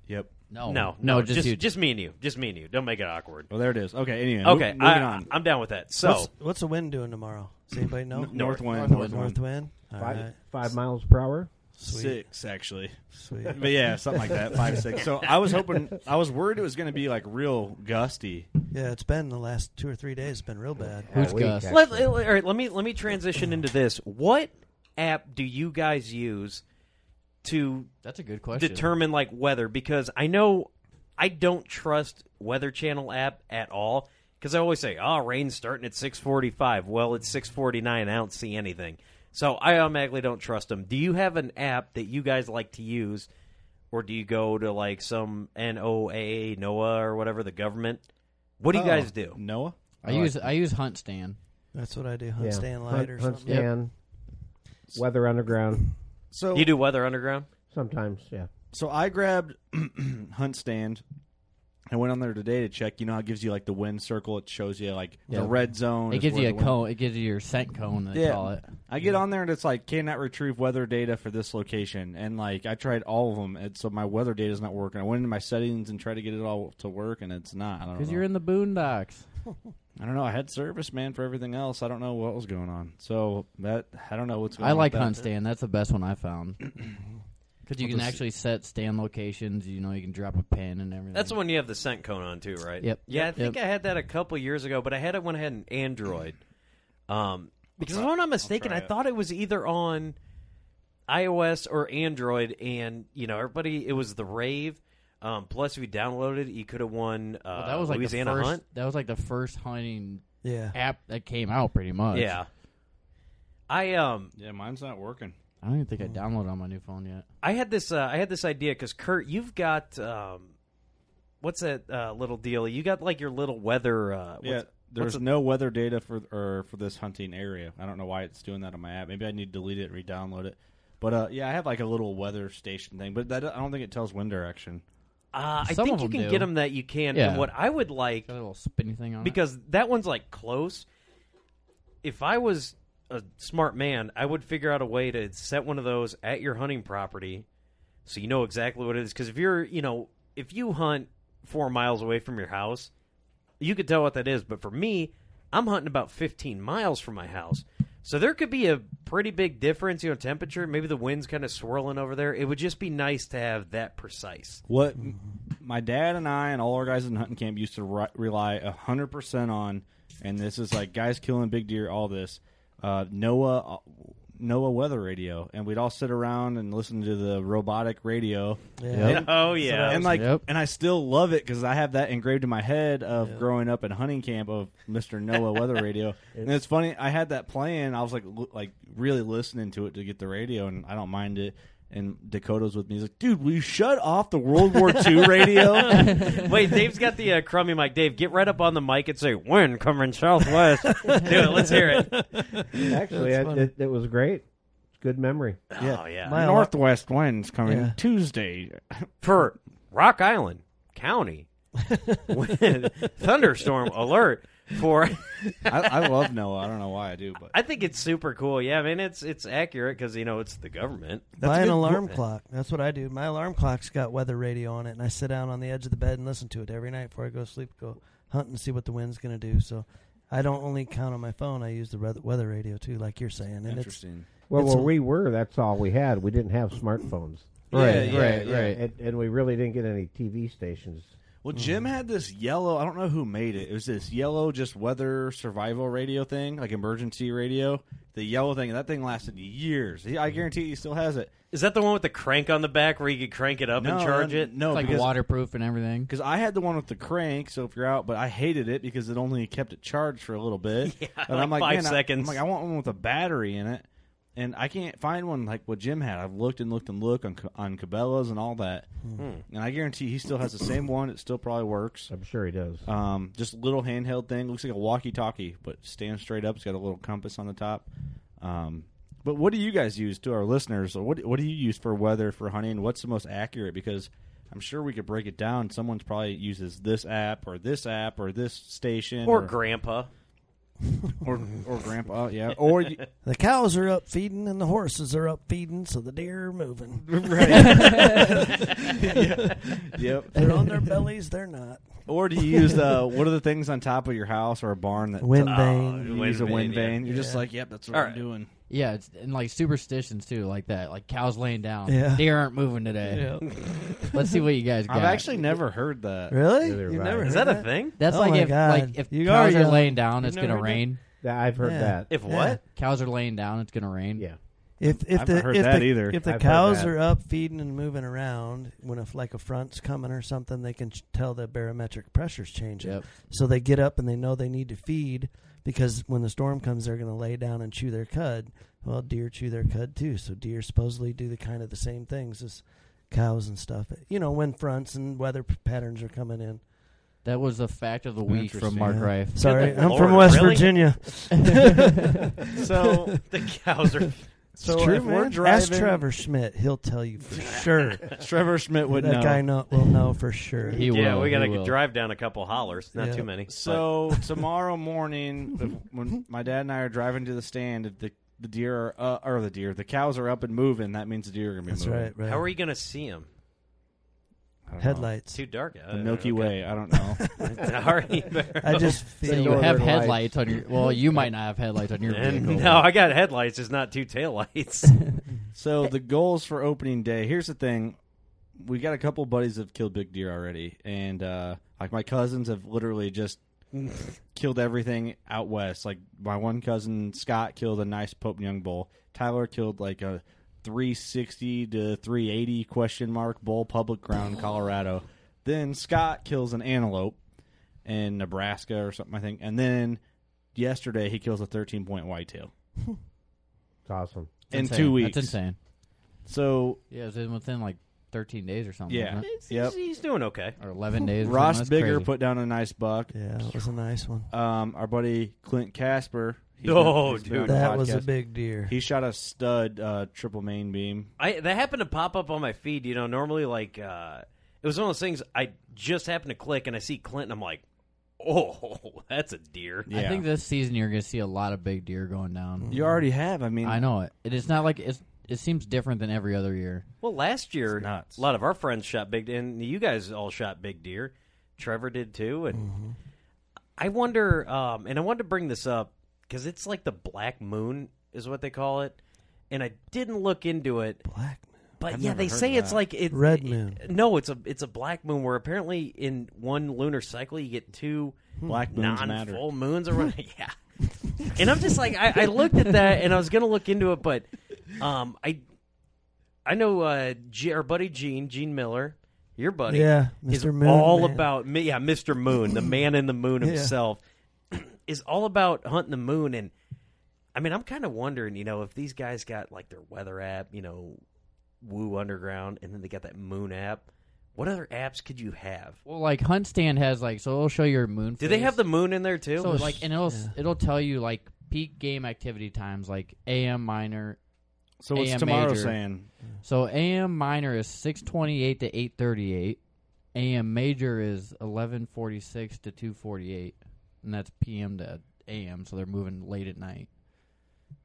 Speaker 1: Yep.
Speaker 6: Oh, No.
Speaker 4: no, no,
Speaker 6: just,
Speaker 4: just
Speaker 6: you.
Speaker 4: just, me and you. Just me and you. Don't make it awkward.
Speaker 1: Well, there it is. Okay. Anyway. mo-
Speaker 4: Okay,
Speaker 1: moving
Speaker 4: I,
Speaker 1: on.
Speaker 4: I'm down with that. So
Speaker 7: what's, what's the wind doing tomorrow? Does anybody know?
Speaker 1: north wind.
Speaker 7: north,
Speaker 1: North wind.
Speaker 7: wind. All
Speaker 8: Five,
Speaker 7: right.
Speaker 8: five miles per hour.
Speaker 7: Sweet.
Speaker 1: Six actually.
Speaker 8: (laughs)
Speaker 7: Sweet.
Speaker 1: But yeah, something like that. Five six. So I was hoping. I was worried it was going to be like real gusty.
Speaker 7: Yeah, it's been the last two or three days. It's been real bad.
Speaker 6: Who's
Speaker 8: week,
Speaker 6: Gus?
Speaker 8: actually.
Speaker 4: let, let- all right, let me let me transition into this. What app do you guys use to
Speaker 6: That's a good question.
Speaker 4: determine like weather? Because I know I don't trust Weather Channel app at all. Because I always say, "Oh, rain's starting at 6:45." Well, it's 6:49. I don't see anything, so I automatically don't trust them. Do you have an app that you guys like to use, or do you go to like some NOAA, NOAA, or whatever the government? What do you
Speaker 1: Oh,
Speaker 4: guys do?
Speaker 1: Noah.
Speaker 6: I use I use Hunt Stand.
Speaker 7: That's what I do. Hunt
Speaker 8: Yeah.
Speaker 7: stand light
Speaker 8: Hunt,
Speaker 7: or
Speaker 8: hunt
Speaker 7: something.
Speaker 8: stand. Weather underground.
Speaker 1: So
Speaker 4: You do Weather Underground?
Speaker 8: Sometimes, yeah.
Speaker 1: So I grabbed (clears throat) Hunt Stand. I went on there today to check. You know how it gives you like the wind circle. It shows you like
Speaker 6: Yeah.
Speaker 1: the red zone.
Speaker 6: It
Speaker 1: is
Speaker 6: gives
Speaker 1: where
Speaker 6: you a
Speaker 1: the wind-
Speaker 6: cone. It gives you your scent cone. They
Speaker 1: Yeah.
Speaker 6: call it.
Speaker 1: I get on there and it's like cannot retrieve weather data for this location, and like I tried all of them, and so my weather data is not working. I went into my settings and tried to get it all to work, and it's not. I don't
Speaker 6: Because
Speaker 1: know.
Speaker 6: you're in the boondocks.
Speaker 1: I don't know. I had service man for everything else. I don't know what was going on. So that I don't know what's going
Speaker 6: I
Speaker 1: on. with
Speaker 6: like
Speaker 1: that.
Speaker 6: Hunt Stand. That's the best one I found. Because you
Speaker 1: Well,
Speaker 6: can
Speaker 1: this-
Speaker 6: actually set stand locations. You know, you can drop a pin and everything.
Speaker 4: That's the one you have the scent cone on too, right?
Speaker 6: Yep.
Speaker 4: Yeah,
Speaker 6: Yep.
Speaker 4: I think I had that a couple years ago, but I had it when I had an Android. Um, because if I'm not mistaken, I thought it was either on iOS or Android, and you know everybody, it was the rave. Um, plus, if you downloaded, it, you could have won. Uh,
Speaker 6: Well, that was like
Speaker 4: Louisiana
Speaker 6: the first.
Speaker 4: Hunt.
Speaker 6: That was like the first hunting
Speaker 7: Yeah.
Speaker 6: app that came out, pretty much.
Speaker 4: Yeah. I um
Speaker 1: Yeah, mine's not working.
Speaker 6: I don't even think I downloaded it on my new phone yet.
Speaker 4: I had this uh, I had this idea because Kurt, you've got um, what's that uh, little deal? You got like your little weather. Uh, what's-
Speaker 1: Yeah,
Speaker 4: what's
Speaker 1: there's
Speaker 4: the-
Speaker 1: no weather data for or for this hunting area. I don't know why it's doing that on my app. Maybe I need to delete it and re-download it. But uh, yeah, I have like a little weather station thing, but that, I don't think it tells wind direction.
Speaker 4: Uh, I
Speaker 6: Some
Speaker 4: think
Speaker 6: of
Speaker 4: you
Speaker 6: them
Speaker 4: can
Speaker 6: do.
Speaker 4: get them that you can.
Speaker 6: Yeah.
Speaker 4: And what I would like,
Speaker 6: Got a little spinny thing on it.
Speaker 4: because that one's like close. If I was a smart man, I would figure out a way to set one of those at your hunting property, so you know exactly what it is. Because if you're, you know, if you hunt four miles away from your house, you could tell what that is. But for me, I'm hunting about 15 miles from my house. So there could be a pretty big difference, you know, temperature. Maybe the wind's kind of swirling over there. It would just be nice to have that precise.
Speaker 1: What my dad and I and all our guys in hunting camp used to ri- rely hundred percent on, and this is like guys killing big deer. All this uh, Noah Noah weather radio, and we'd all sit around and listen to the robotic radio. (laughs)
Speaker 7: Yeah.
Speaker 6: Yep.
Speaker 4: Oh yeah,
Speaker 1: and like
Speaker 6: Yep.
Speaker 1: and I still love it because I have that engraved in my head of growing up in hunting camp of Mr. Noah Weather Radio. and it's funny, I had that playing. I was like l- like really listening to it to get the radio, and I don't mind it. And Dakota's with me. He's like, dude, will you shut off the World War II radio?
Speaker 4: (laughs) Wait, Dave's got the uh, crummy mic. Dave, get right up on the mic and say,
Speaker 8: (laughs)
Speaker 4: "Wind coming southwest." Do it. Let's hear it.
Speaker 8: Actually, I, it, it was great. Good memory.
Speaker 4: Yeah. Oh, yeah.
Speaker 1: (laughs)
Speaker 7: My
Speaker 1: Northwest winds coming
Speaker 7: Yeah.
Speaker 1: Tuesday.
Speaker 4: for Rock Island County. (laughs) Thunderstorm alert for (laughs)
Speaker 1: I, I love Noah. I don't know why I do, but
Speaker 4: I think it's super cool. Yeah, I mean it's it's accurate because you know it's the government.
Speaker 7: Buy an alarm clock. That's what I do. My alarm clock's got weather radio on it, and I sit down on the edge of the bed and listen to it every night before I go to sleep. Go hunt and see what the wind's going to do. So I don't only count on my phone. I use the weather- weather radio too, like you're saying. And it's
Speaker 1: interesting.
Speaker 8: Well,
Speaker 7: It's
Speaker 8: where
Speaker 7: a-
Speaker 8: we were, that's all we had. We didn't have smartphones.
Speaker 6: Right,
Speaker 1: yeah,
Speaker 6: right,
Speaker 1: yeah.
Speaker 6: right.
Speaker 8: And, and we really didn't get any TV stations.
Speaker 1: Well,
Speaker 4: Mm-hmm.
Speaker 1: Jim had this yellow. I don't know who made it. It was this yellow, just weather survival radio thing, like emergency radio. The yellow thing, and that thing lasted years. He,
Speaker 4: Mm-hmm.
Speaker 1: I guarantee he still has it.
Speaker 4: Is that the one with the crank on the back where you could crank it up and charge
Speaker 1: that-
Speaker 4: it?
Speaker 1: No,
Speaker 6: It's like
Speaker 1: because
Speaker 6: waterproof and everything.
Speaker 1: Because I had the one with the crank, so if you're out, but I hated it because it only kept it charged for a little bit.
Speaker 4: (laughs) Yeah,
Speaker 1: and I'm
Speaker 4: like
Speaker 1: like,
Speaker 4: five
Speaker 1: man, I-
Speaker 4: seconds.
Speaker 1: I'm like, I want one with a battery in it, and I can't find one like what Jim had. I've looked and looked and looked on Co- on Cabela's and all that,
Speaker 4: Hmm.
Speaker 1: and I guarantee he still has the same one. It still probably works.
Speaker 8: I'm sure he does.
Speaker 1: Um, just little handheld thing. Looks like a walkie-talkie, but stands straight up. It's got a little compass on the top. Um, but what do you guys use to our listeners? or What What do you use for weather for hunting? What's the most accurate? Because I'm sure we could break it down. Someone's probably uses this app or this app or this station
Speaker 4: Or grandpa.
Speaker 1: or, or
Speaker 4: (laughs)
Speaker 1: grandpa, yeah. Or you,
Speaker 7: (laughs) the cows are up feeding and the horses are up feeding, so the deer are moving.
Speaker 1: (laughs) yep.
Speaker 7: They're on their bellies. They're not.
Speaker 1: Or do you use uh, what are the things on top of your house or a barn that
Speaker 7: Wind
Speaker 1: You
Speaker 7: vane.
Speaker 1: use a wind
Speaker 4: Oh, Wind vane, yeah.
Speaker 1: vane. You're just like, yep, that's what
Speaker 4: All
Speaker 1: I'm
Speaker 4: right.
Speaker 1: doing.
Speaker 6: Yeah, it's, and like superstitions too, like that. Like cows laying down.
Speaker 7: Yeah.
Speaker 6: Deer aren't moving today. (laughs) Let's see what you guys got.
Speaker 1: I've actually never heard that.
Speaker 7: Really?
Speaker 8: Neither
Speaker 7: You've
Speaker 8: have
Speaker 7: never
Speaker 8: I.
Speaker 4: Is
Speaker 7: heard
Speaker 4: that a
Speaker 6: (laughs)
Speaker 4: thing?
Speaker 6: That's
Speaker 7: Oh
Speaker 6: like
Speaker 7: my
Speaker 6: if like
Speaker 7: God.
Speaker 6: if
Speaker 7: You
Speaker 6: cows
Speaker 7: are
Speaker 6: are
Speaker 7: young.
Speaker 6: laying down,
Speaker 7: You've
Speaker 6: it's
Speaker 7: never
Speaker 6: gonna
Speaker 7: heard that?
Speaker 6: rain.
Speaker 8: That- I've heard
Speaker 7: Yeah.
Speaker 8: that.
Speaker 4: If
Speaker 7: Yeah.
Speaker 4: what?
Speaker 6: Cows are laying down, it's gonna rain.
Speaker 8: yeah.
Speaker 7: If if
Speaker 1: I've
Speaker 7: the
Speaker 1: not heard
Speaker 7: if
Speaker 1: that
Speaker 7: the,
Speaker 1: either.
Speaker 7: if the
Speaker 8: I've heard
Speaker 7: cows
Speaker 8: that.
Speaker 7: are up feeding and moving around, when if like a front's coming or something, they can ch- tell the barometric pressure's changing.
Speaker 6: Yep.
Speaker 7: So they get up and they know they need to feed because when the storm comes, they're going to lay down and chew their cud. Well, deer chew their cud too, so deer supposedly do the kind of the same things as cows and stuff. You know, when fronts and weather p- patterns are coming in.
Speaker 6: That was the fact of the week
Speaker 1: Interesting.
Speaker 6: from Mark
Speaker 7: Yeah.
Speaker 6: Rife.
Speaker 7: Sorry,
Speaker 4: Good
Speaker 7: I'm from
Speaker 4: Lord,
Speaker 7: West
Speaker 4: really?
Speaker 7: Virginia.
Speaker 4: So the cows are.
Speaker 7: So
Speaker 1: true,
Speaker 7: if we're
Speaker 1: man.
Speaker 7: Ask
Speaker 1: driving-
Speaker 7: (laughs) Trevor Schmidt; he'll tell
Speaker 1: (laughs)
Speaker 7: you for sure.
Speaker 1: Trevor Schmidt would
Speaker 7: that
Speaker 1: know.
Speaker 7: guy know, will know for sure.
Speaker 6: He
Speaker 4: yeah,
Speaker 6: will,
Speaker 4: we
Speaker 6: he
Speaker 4: gotta
Speaker 6: will.
Speaker 4: drive down a couple hollers. Not
Speaker 7: Yeah.
Speaker 4: too many.
Speaker 7: (laughs)
Speaker 1: So tomorrow morning, if- when my dad and I are driving to the stand, if the the deer are uh, or the deer, the cows are up and moving. That means the deer are gonna be
Speaker 7: That's
Speaker 1: moving.
Speaker 7: right.
Speaker 4: But
Speaker 7: Right.
Speaker 4: how are you gonna see them?
Speaker 1: I don't know.
Speaker 7: Headlights. Uh,
Speaker 4: Too dark. Uh,
Speaker 1: The Milky
Speaker 4: (laughs)
Speaker 1: Way. I don't know.
Speaker 7: (laughs)
Speaker 4: Sorry. (laughs)
Speaker 7: I just feel
Speaker 6: So you
Speaker 8: Northern
Speaker 6: have
Speaker 8: Lights.
Speaker 6: headlights on your. Well, you might not have headlights on your vehicle.
Speaker 4: And (laughs) no, I got headlights. It's not two taillights.
Speaker 1: so the goals for opening day. Here's the thing: we got a couple buddies that have killed big deer already, and uh, like my cousins have literally just killed everything out west. Like my one cousin Scott killed a nice Pope and Young bull. Tyler killed like a 360 to 380 question mark bull public ground Colorado. Then Scott kills an antelope in Nebraska or something I think, and then yesterday he kills a 13 point whitetail
Speaker 4: (laughs)
Speaker 8: It's awesome.
Speaker 1: in
Speaker 6: Insane.
Speaker 1: two weeks.
Speaker 6: That's insane.
Speaker 1: So
Speaker 6: Yeah, it was in- within like 13 days or something.
Speaker 1: yeah,
Speaker 6: wasn't it?
Speaker 1: yep.
Speaker 4: He's doing okay.
Speaker 6: Or 11 days. or
Speaker 1: Ross
Speaker 6: something. That's
Speaker 1: Bigger
Speaker 6: crazy.
Speaker 1: put down a nice buck.
Speaker 7: Yeah, that was a nice one.
Speaker 1: Um, our buddy Clint Casper. he's
Speaker 4: Oh,
Speaker 1: he's on
Speaker 4: dude.
Speaker 1: the
Speaker 7: That was a
Speaker 1: podcast.
Speaker 7: big deer.
Speaker 1: He shot a stud uh, triple main beam.
Speaker 4: I that happened to pop up on my feed. You know, normally like uh, it was one of those things. I just happened to click and I see Clinton. I'm like, oh, (laughs) that's a deer.
Speaker 1: Yeah, Mm-hmm.
Speaker 6: I think this season you're going to see a lot of big deer going down.
Speaker 1: you already have. I mean,
Speaker 6: Mm-hmm. I know it. It is not like it's. It seems different than every other year.
Speaker 4: Well, last year
Speaker 1: It's nuts.
Speaker 4: a lot of our friends shot big, and you guys all shot big deer. Trevor did too, and
Speaker 1: Mm-hmm.
Speaker 4: I wonder. Um, and I wanted to bring this up because it's like the black moon is what they call it, and I didn't look into it. (laughs)
Speaker 7: Black.
Speaker 4: But
Speaker 1: I've
Speaker 4: yeah,
Speaker 1: never
Speaker 4: they
Speaker 1: heard
Speaker 4: say
Speaker 1: of
Speaker 4: it's
Speaker 1: that.
Speaker 4: like it,
Speaker 7: Red
Speaker 4: it-
Speaker 7: moon.
Speaker 4: no, it's a it's a black moon where apparently in one lunar cycle you get two
Speaker 1: black moons
Speaker 4: non
Speaker 1: matter.
Speaker 4: full
Speaker 1: (laughs)
Speaker 4: moons around. yeah, and I'm just like I, I looked at that and I was gonna look into it, but um, I I know uh, G, our buddy Gene Gene Miller, your buddy,
Speaker 7: Yeah,
Speaker 4: is
Speaker 7: Mr. Moon,
Speaker 4: all
Speaker 7: man.
Speaker 4: about mi- yeah Mr. Moon, the man in the moon himself, (clears throat) is all about hunting the moon and. I mean, I'm kind of wondering, you know, if these guys got like their weather app, you know, Woo Underground, and then they got that Moon app. What other apps could you have?
Speaker 6: Well, like Hunt Stand has like so it'll show your moon.
Speaker 4: Do they
Speaker 6: phase.
Speaker 4: have the moon in there too?
Speaker 6: so like and it'll it'll tell you like peak game activity times like AM minor
Speaker 1: So what's
Speaker 6: AM
Speaker 1: tomorrow
Speaker 6: major.
Speaker 1: saying?
Speaker 6: So AM minor is six twenty eight to eight thirty eight. AM major is eleven forty six to two forty eight, and that's PM to AM. So they're moving late at night,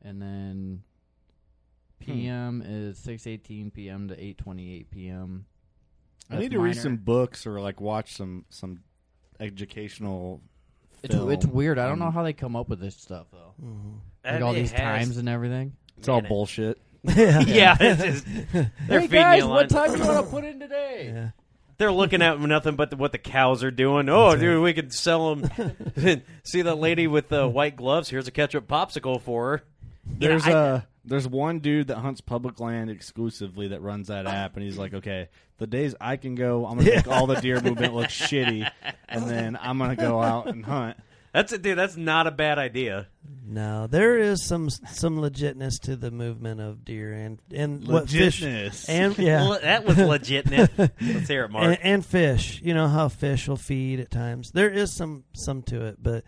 Speaker 6: and then
Speaker 1: Hmm.
Speaker 6: PM is six eighteen PM to eight twenty eight PM.
Speaker 1: I need to read some books or like watch some some educational.
Speaker 6: It's, it's
Speaker 1: film Um, Hmm.
Speaker 6: weird. I don't
Speaker 1: on-
Speaker 6: know how they come up with this stuff though. Like
Speaker 4: And
Speaker 6: all
Speaker 4: it
Speaker 6: these
Speaker 4: has-
Speaker 6: times and everything.
Speaker 1: It's all bullshit.
Speaker 4: (laughs) yeah,
Speaker 7: (laughs)
Speaker 4: it's just, they're
Speaker 6: hey
Speaker 4: feeding
Speaker 6: guys,
Speaker 4: you
Speaker 6: what
Speaker 4: lunch.
Speaker 6: time do you want to put in today?
Speaker 4: They're looking at nothing but what the cows are doing. Oh, dude, we could sell them. See that lady with the white gloves? Here's a ketchup popsicle for her. You know,
Speaker 1: There's
Speaker 4: I-
Speaker 1: uh there's one dude that hunts public land exclusively that runs that app, and he's like, okay, the days I can go, I'm gonna make all the (laughs) deer movement look shitty, and then I'm gonna go out and hunt.
Speaker 4: That's a dude. That's not a bad idea.
Speaker 7: No, there is some some legitness to the movement of deer and and what fish
Speaker 1: Legitness.
Speaker 4: (laughs)
Speaker 7: and yeah
Speaker 4: Le- that was legitness. Let's hear it, Mark.
Speaker 7: And, and fish. You know how fish will feed at times. There is some some to it, but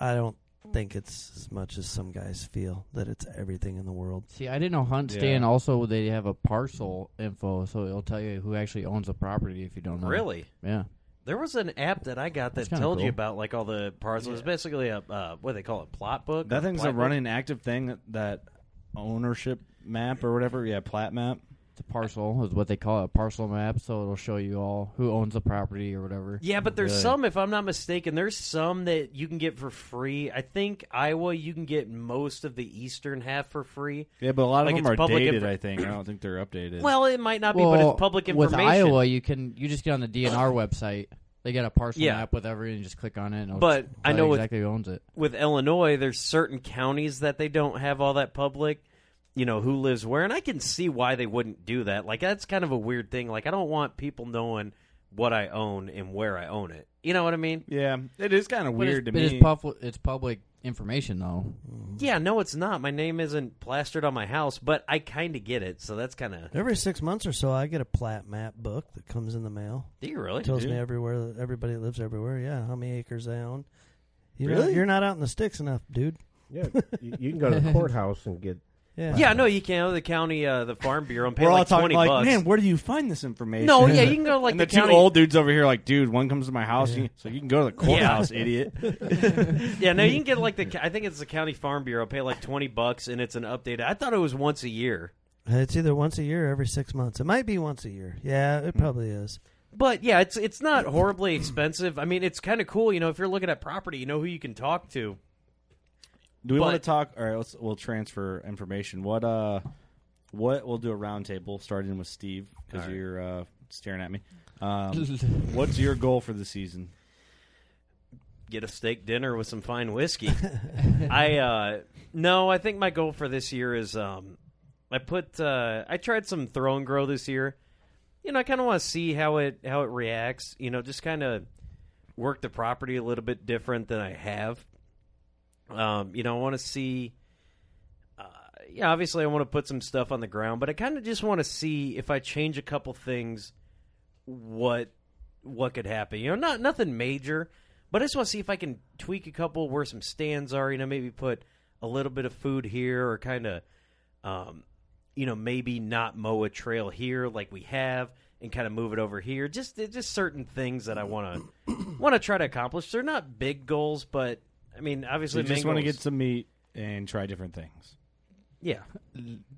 Speaker 7: I don't think it's as much as some guys feel that it's everything in the world.
Speaker 6: See, I didn't know hunt stand. Also, they have a parcel info, so it'll tell you who actually owns the property if you don't know.
Speaker 4: Really?
Speaker 6: Yeah.
Speaker 4: There was an app that I got that
Speaker 6: That's kinda
Speaker 4: told you
Speaker 6: cool.
Speaker 4: about like all the parcels. It's basically a uh, what do they call it plot book.
Speaker 1: That
Speaker 4: or
Speaker 1: thing's a
Speaker 4: plat book?
Speaker 1: running active thing that, that ownership map or whatever. Yeah, plat map.
Speaker 6: The parcel is what they call it, a parcel map. So it'll show you all who owns the property or whatever.
Speaker 4: Yeah, but there's
Speaker 1: Really?
Speaker 4: some, if I'm not mistaken, there's some that you can get for free. I think Iowa, you can get most of the eastern half for free.
Speaker 1: Yeah, but a lot of
Speaker 4: Like,
Speaker 1: them
Speaker 4: it's
Speaker 1: are
Speaker 4: public
Speaker 1: dated.
Speaker 4: infor-
Speaker 1: I think I don't think they're updated.
Speaker 4: Well, it might not be, but
Speaker 6: Well,
Speaker 4: it's public
Speaker 6: With
Speaker 4: information.
Speaker 6: Iowa, you can you just get on
Speaker 4: (coughs)
Speaker 6: the DNR website. They got a parcel
Speaker 4: Yeah.
Speaker 6: map with everything. You just click on it. And it'll
Speaker 4: But
Speaker 6: tell
Speaker 4: I
Speaker 6: you
Speaker 4: know with-
Speaker 6: exactly who owns it.
Speaker 4: with Illinois, there's certain counties that they don't have all that public, you know, who lives where. And I can see why they wouldn't do that. Like, that's kind of a weird thing. Like, I don't want people knowing what I own and where I own it. You know what I mean?
Speaker 1: yeah, it is kind of
Speaker 6: But it's-
Speaker 1: weird to
Speaker 6: but
Speaker 1: me.
Speaker 6: It's, pub- it's public information though.
Speaker 4: Yeah, no, it's not. My name isn't plastered on my house, but I kind of get it. So that's kind of.
Speaker 7: Every six months or so, I get a plat map book that comes in the mail.
Speaker 4: Do Oh, you really?
Speaker 7: It tells
Speaker 4: Dude.
Speaker 7: me everywhere that everybody lives everywhere. Yeah, how many acres I own. You're
Speaker 8: Really?
Speaker 7: Not, you're not out in the sticks enough, dude.
Speaker 8: Yeah, you, you can go to the courthouse and get.
Speaker 7: Yeah.
Speaker 4: Yeah, no, you can. The county, uh, the farm bureau, and pay
Speaker 1: We're all
Speaker 4: like
Speaker 1: talking
Speaker 4: twenty
Speaker 1: like,
Speaker 4: bucks.
Speaker 1: man, where do you find this information? (laughs)
Speaker 4: no, yeah, you can go to, like
Speaker 1: and
Speaker 4: the,
Speaker 1: the,
Speaker 4: county.
Speaker 1: two old dudes over here, like, dude, one comes to my house, you- so you can go to the
Speaker 4: (laughs)
Speaker 1: courthouse, idiot.
Speaker 4: Yeah, no, you can get
Speaker 1: (laughs)
Speaker 4: like the. I think it's the county farm bureau. Pay like twenty bucks, and it's an update. I thought it was once a year,
Speaker 7: Uh, It's either once a year or every six months. It might be once a year. Yeah, it probably
Speaker 4: (laughs)
Speaker 7: is.
Speaker 4: but yeah, it's it's not horribly expensive. I mean, it's kind of cool. You know, if you're looking at property, you know who you can talk to.
Speaker 1: Do we
Speaker 4: But-
Speaker 1: want to talk? All right, let's we'll transfer information. What uh, what we'll do a roundtable starting with Steve because you're uh, staring
Speaker 4: (laughs)
Speaker 1: at me. Um, what's your goal for the season?
Speaker 4: Get a steak dinner with some fine whiskey. I uh no, I think my goal for this year is um I put uh I tried some throw and grow this year. You know, I kind of want to see how it how it reacts, you know, just kind of work the property a little bit different than I have. Um, you know, I want to see uh, yeah, obviously I want to put some stuff on the ground, but I kind of just want to see if I change a couple things what what could happen. You know, not nothing major, but I just want to see if I can tweak a couple where some stands are. You know, maybe put a little bit of food here, or kind of, um, you know, maybe not mow a trail here like we have, and kind of move it over here. Just just certain things that I want to want to try to accomplish. They're not big goals, but I mean, obviously,
Speaker 1: you just want to
Speaker 4: mangoes-
Speaker 1: get some meat and try different things.
Speaker 4: yeah.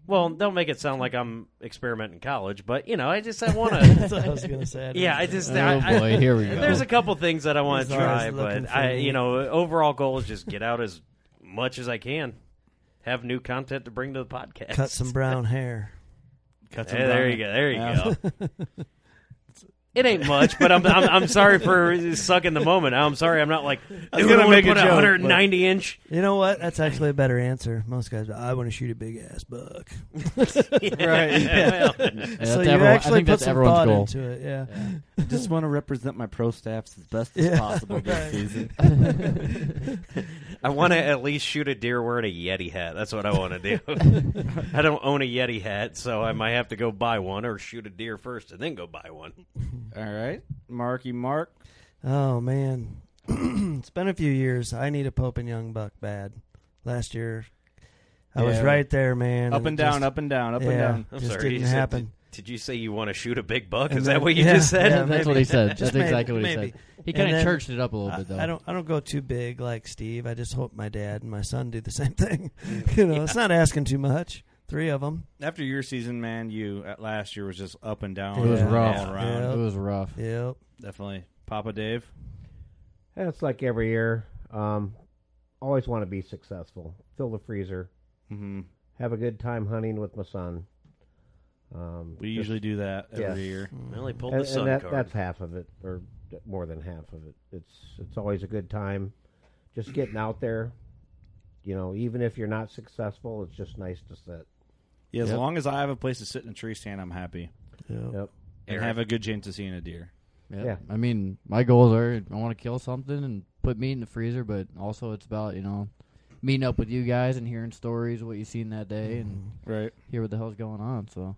Speaker 4: Well,
Speaker 1: mm-hmm.
Speaker 4: don't make it sound like I'm experimenting in college, but you know, I
Speaker 1: (laughs)
Speaker 4: just I want to.
Speaker 7: I was gonna say. I don't
Speaker 4: Yeah, I
Speaker 7: know.
Speaker 4: just
Speaker 6: Oh,
Speaker 4: I, I-
Speaker 6: boy, here we go.
Speaker 4: There's a couple things that I want
Speaker 7: He's
Speaker 4: to
Speaker 7: always
Speaker 4: try,
Speaker 7: looking
Speaker 4: but
Speaker 7: for
Speaker 4: I,
Speaker 7: me.
Speaker 4: you know, overall goal is just get out as much as I can, have new content to bring to the podcast.
Speaker 7: (laughs) cut some brown hair. (laughs)
Speaker 1: Cut
Speaker 4: Hey, there you go. There you
Speaker 1: Yeah.
Speaker 4: go. It ain't much, but I'm, I'm I'm sorry for sucking the moment. I'm sorry. I'm not like
Speaker 1: was
Speaker 4: dude, I
Speaker 1: gonna
Speaker 4: want to
Speaker 1: make a
Speaker 4: put
Speaker 1: joke, but-
Speaker 4: 190 inch. (laughs)
Speaker 7: You know what? That's actually a better answer. Most guys, I want to shoot a big
Speaker 4: (laughs)
Speaker 7: ass buck. (laughs)
Speaker 1: Right, yeah.
Speaker 4: Well,
Speaker 6: Yeah,
Speaker 7: so
Speaker 6: that's
Speaker 7: you
Speaker 6: everyone- I
Speaker 7: actually
Speaker 6: think
Speaker 7: put
Speaker 6: that's
Speaker 7: some
Speaker 6: everyone's
Speaker 7: thought
Speaker 6: goal.
Speaker 7: into it. Yeah.
Speaker 1: just want to represent my pro staffs as best as
Speaker 7: Yeah,
Speaker 1: possible
Speaker 4: (laughs)
Speaker 1: this
Speaker 7: right.
Speaker 1: season.
Speaker 4: I want to at least shoot a deer wearing a Yeti hat. That's what I want to do. I don't own a Yeti hat, so I might have to go buy one or shoot a deer first and then go buy one.
Speaker 1: All right, Marky Mark.
Speaker 7: Oh man, (clears throat) it's been a few years. I need a Pope and Young buck bad. Last year, I was
Speaker 1: Yeah.
Speaker 7: right there, man.
Speaker 1: Up and
Speaker 7: it
Speaker 1: down, up and down, up and
Speaker 7: yeah,
Speaker 1: down.
Speaker 4: I'm
Speaker 7: just
Speaker 4: sorry. you
Speaker 7: didn't
Speaker 4: said-
Speaker 7: happen.
Speaker 4: did, did you say you want to shoot a big buck?
Speaker 7: And
Speaker 4: Is
Speaker 7: then-
Speaker 4: that what you
Speaker 7: yeah,
Speaker 4: just said?
Speaker 7: yeah,
Speaker 6: (laughs) That's what
Speaker 7: maybe.
Speaker 6: he said. That's
Speaker 7: (laughs) Just maybe,
Speaker 6: exactly what he
Speaker 7: maybe.
Speaker 6: said. He
Speaker 7: And
Speaker 6: kinda
Speaker 7: then-
Speaker 6: churched it up a little
Speaker 7: I-
Speaker 6: bit, though.
Speaker 7: I don't. I don't go too big like Steve. I just hope my dad and my son do the (laughs) same thing. (laughs) you know, it's not asking too much. Three of them.
Speaker 1: After your season, man, you at last year was just up and down.
Speaker 6: It was
Speaker 1: and
Speaker 6: rough.
Speaker 1: all around.
Speaker 6: It was rough.
Speaker 7: Yep.
Speaker 1: Definitely. Papa Dave.
Speaker 8: That's like every year. Um, always want to be successful. Fill the freezer.
Speaker 1: Mhm.
Speaker 8: Have a good time hunting with my son. Um,
Speaker 1: We
Speaker 8: just-
Speaker 1: usually do that every
Speaker 8: yes.
Speaker 1: year.
Speaker 4: Well, he pulled
Speaker 8: and,
Speaker 4: the sun
Speaker 8: and that,
Speaker 4: card.
Speaker 8: that's half of it, or d- more than half of it. It's it's always a good time, just getting out there. You know, even if you're not successful, it's just nice to sit.
Speaker 1: Yeah, as
Speaker 8: Yep.
Speaker 1: long as I have a place to sit in a tree stand, I'm happy.
Speaker 8: Yep.
Speaker 1: And
Speaker 4: Eric.
Speaker 1: have a good chance of seeing a deer.
Speaker 6: Yeah.
Speaker 8: Yeah.
Speaker 6: I mean, my goals are I want to kill something and put meat in the freezer, but also it's about, you know, meeting up with you guys and hearing stories, what you seen that day, and
Speaker 1: Right.
Speaker 6: hear what the hell's going on. So,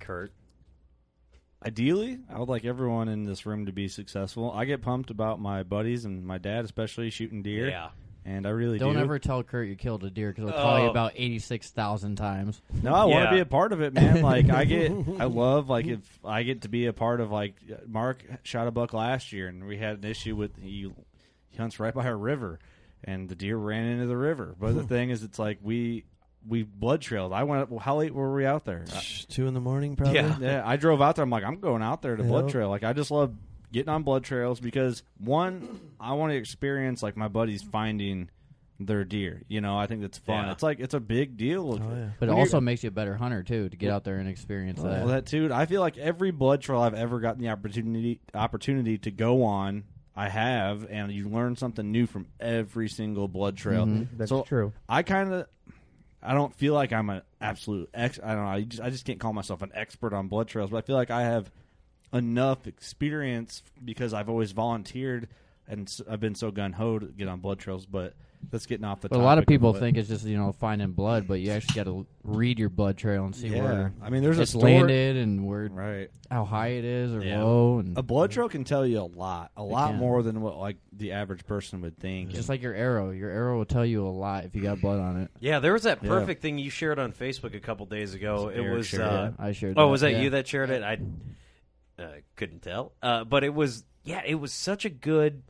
Speaker 4: Kurt.
Speaker 1: Ideally, I would like everyone in this room to be successful. I get pumped about my buddies and my dad, especially shooting deer.
Speaker 4: Yeah.
Speaker 1: And I really
Speaker 6: don't
Speaker 1: do.
Speaker 6: ever tell Kurt you killed a deer because he'll call you
Speaker 4: Oh.
Speaker 6: about 86,000 times.
Speaker 1: No, I want
Speaker 4: Yeah.
Speaker 1: to be a part of it, man. Like I
Speaker 7: (laughs)
Speaker 1: get, I love like if I get to be a part of like Mark shot a buck last year, and we had an issue with he, he hunts right by a river, and the deer ran into the river. But
Speaker 7: (laughs)
Speaker 1: the thing is, it's like we we blood trailed. I went. Well, how late were we out there? I-
Speaker 7: Two in the morning, probably.
Speaker 4: Yeah.
Speaker 1: yeah, I drove out there. I'm like, I'm going out there to blood
Speaker 7: Yep.
Speaker 1: trail. Like I just love getting on blood trails because one, I want to experience like my buddies finding their deer. You know, I think that's fun.
Speaker 4: Yeah.
Speaker 1: It's like it's a big deal.
Speaker 7: Oh yeah.
Speaker 6: But
Speaker 1: When
Speaker 6: it
Speaker 1: you're-
Speaker 6: also makes you a better hunter, too, to get out there and experience that.
Speaker 1: Well, that dude, I feel like every blood trail I've ever gotten the opportunity opportunity to go on, I have, and you learn something new from every single blood trail.
Speaker 6: Mm-hmm.
Speaker 8: That's
Speaker 1: So,
Speaker 8: true.
Speaker 1: I kind of, I don't feel like I'm an absolute ex. I don't know. I just, I just can't call myself an expert on blood trails, but I feel like I have enough experience because I've always volunteered and s- I've been so gun ho to get on blood trails. But that's getting off the.
Speaker 6: But a lot of
Speaker 1: topic
Speaker 6: people
Speaker 1: it.
Speaker 6: think it's just you know finding blood, but you actually got to read your blood trail and see
Speaker 1: Yeah.
Speaker 6: where
Speaker 1: I mean, there's a
Speaker 6: it's
Speaker 1: store-
Speaker 6: landed and where
Speaker 1: right.
Speaker 6: how high it is or
Speaker 1: Yeah.
Speaker 6: low, and
Speaker 1: A blood trail can tell you a lot, a lot
Speaker 6: can.
Speaker 1: more than what like the average person would think.
Speaker 6: just like your arrow, your arrow will tell you a lot if you got blood on it.
Speaker 4: Yeah, there was that perfect thing you shared on Facebook a couple days ago. It
Speaker 1: Eric
Speaker 4: was
Speaker 1: shared
Speaker 4: uh,
Speaker 6: it. I shared
Speaker 4: Oh,
Speaker 6: that,
Speaker 4: was that
Speaker 6: yeah.
Speaker 4: you that shared it? I uh, couldn't tell, uh, but it was. Yeah, it was such a good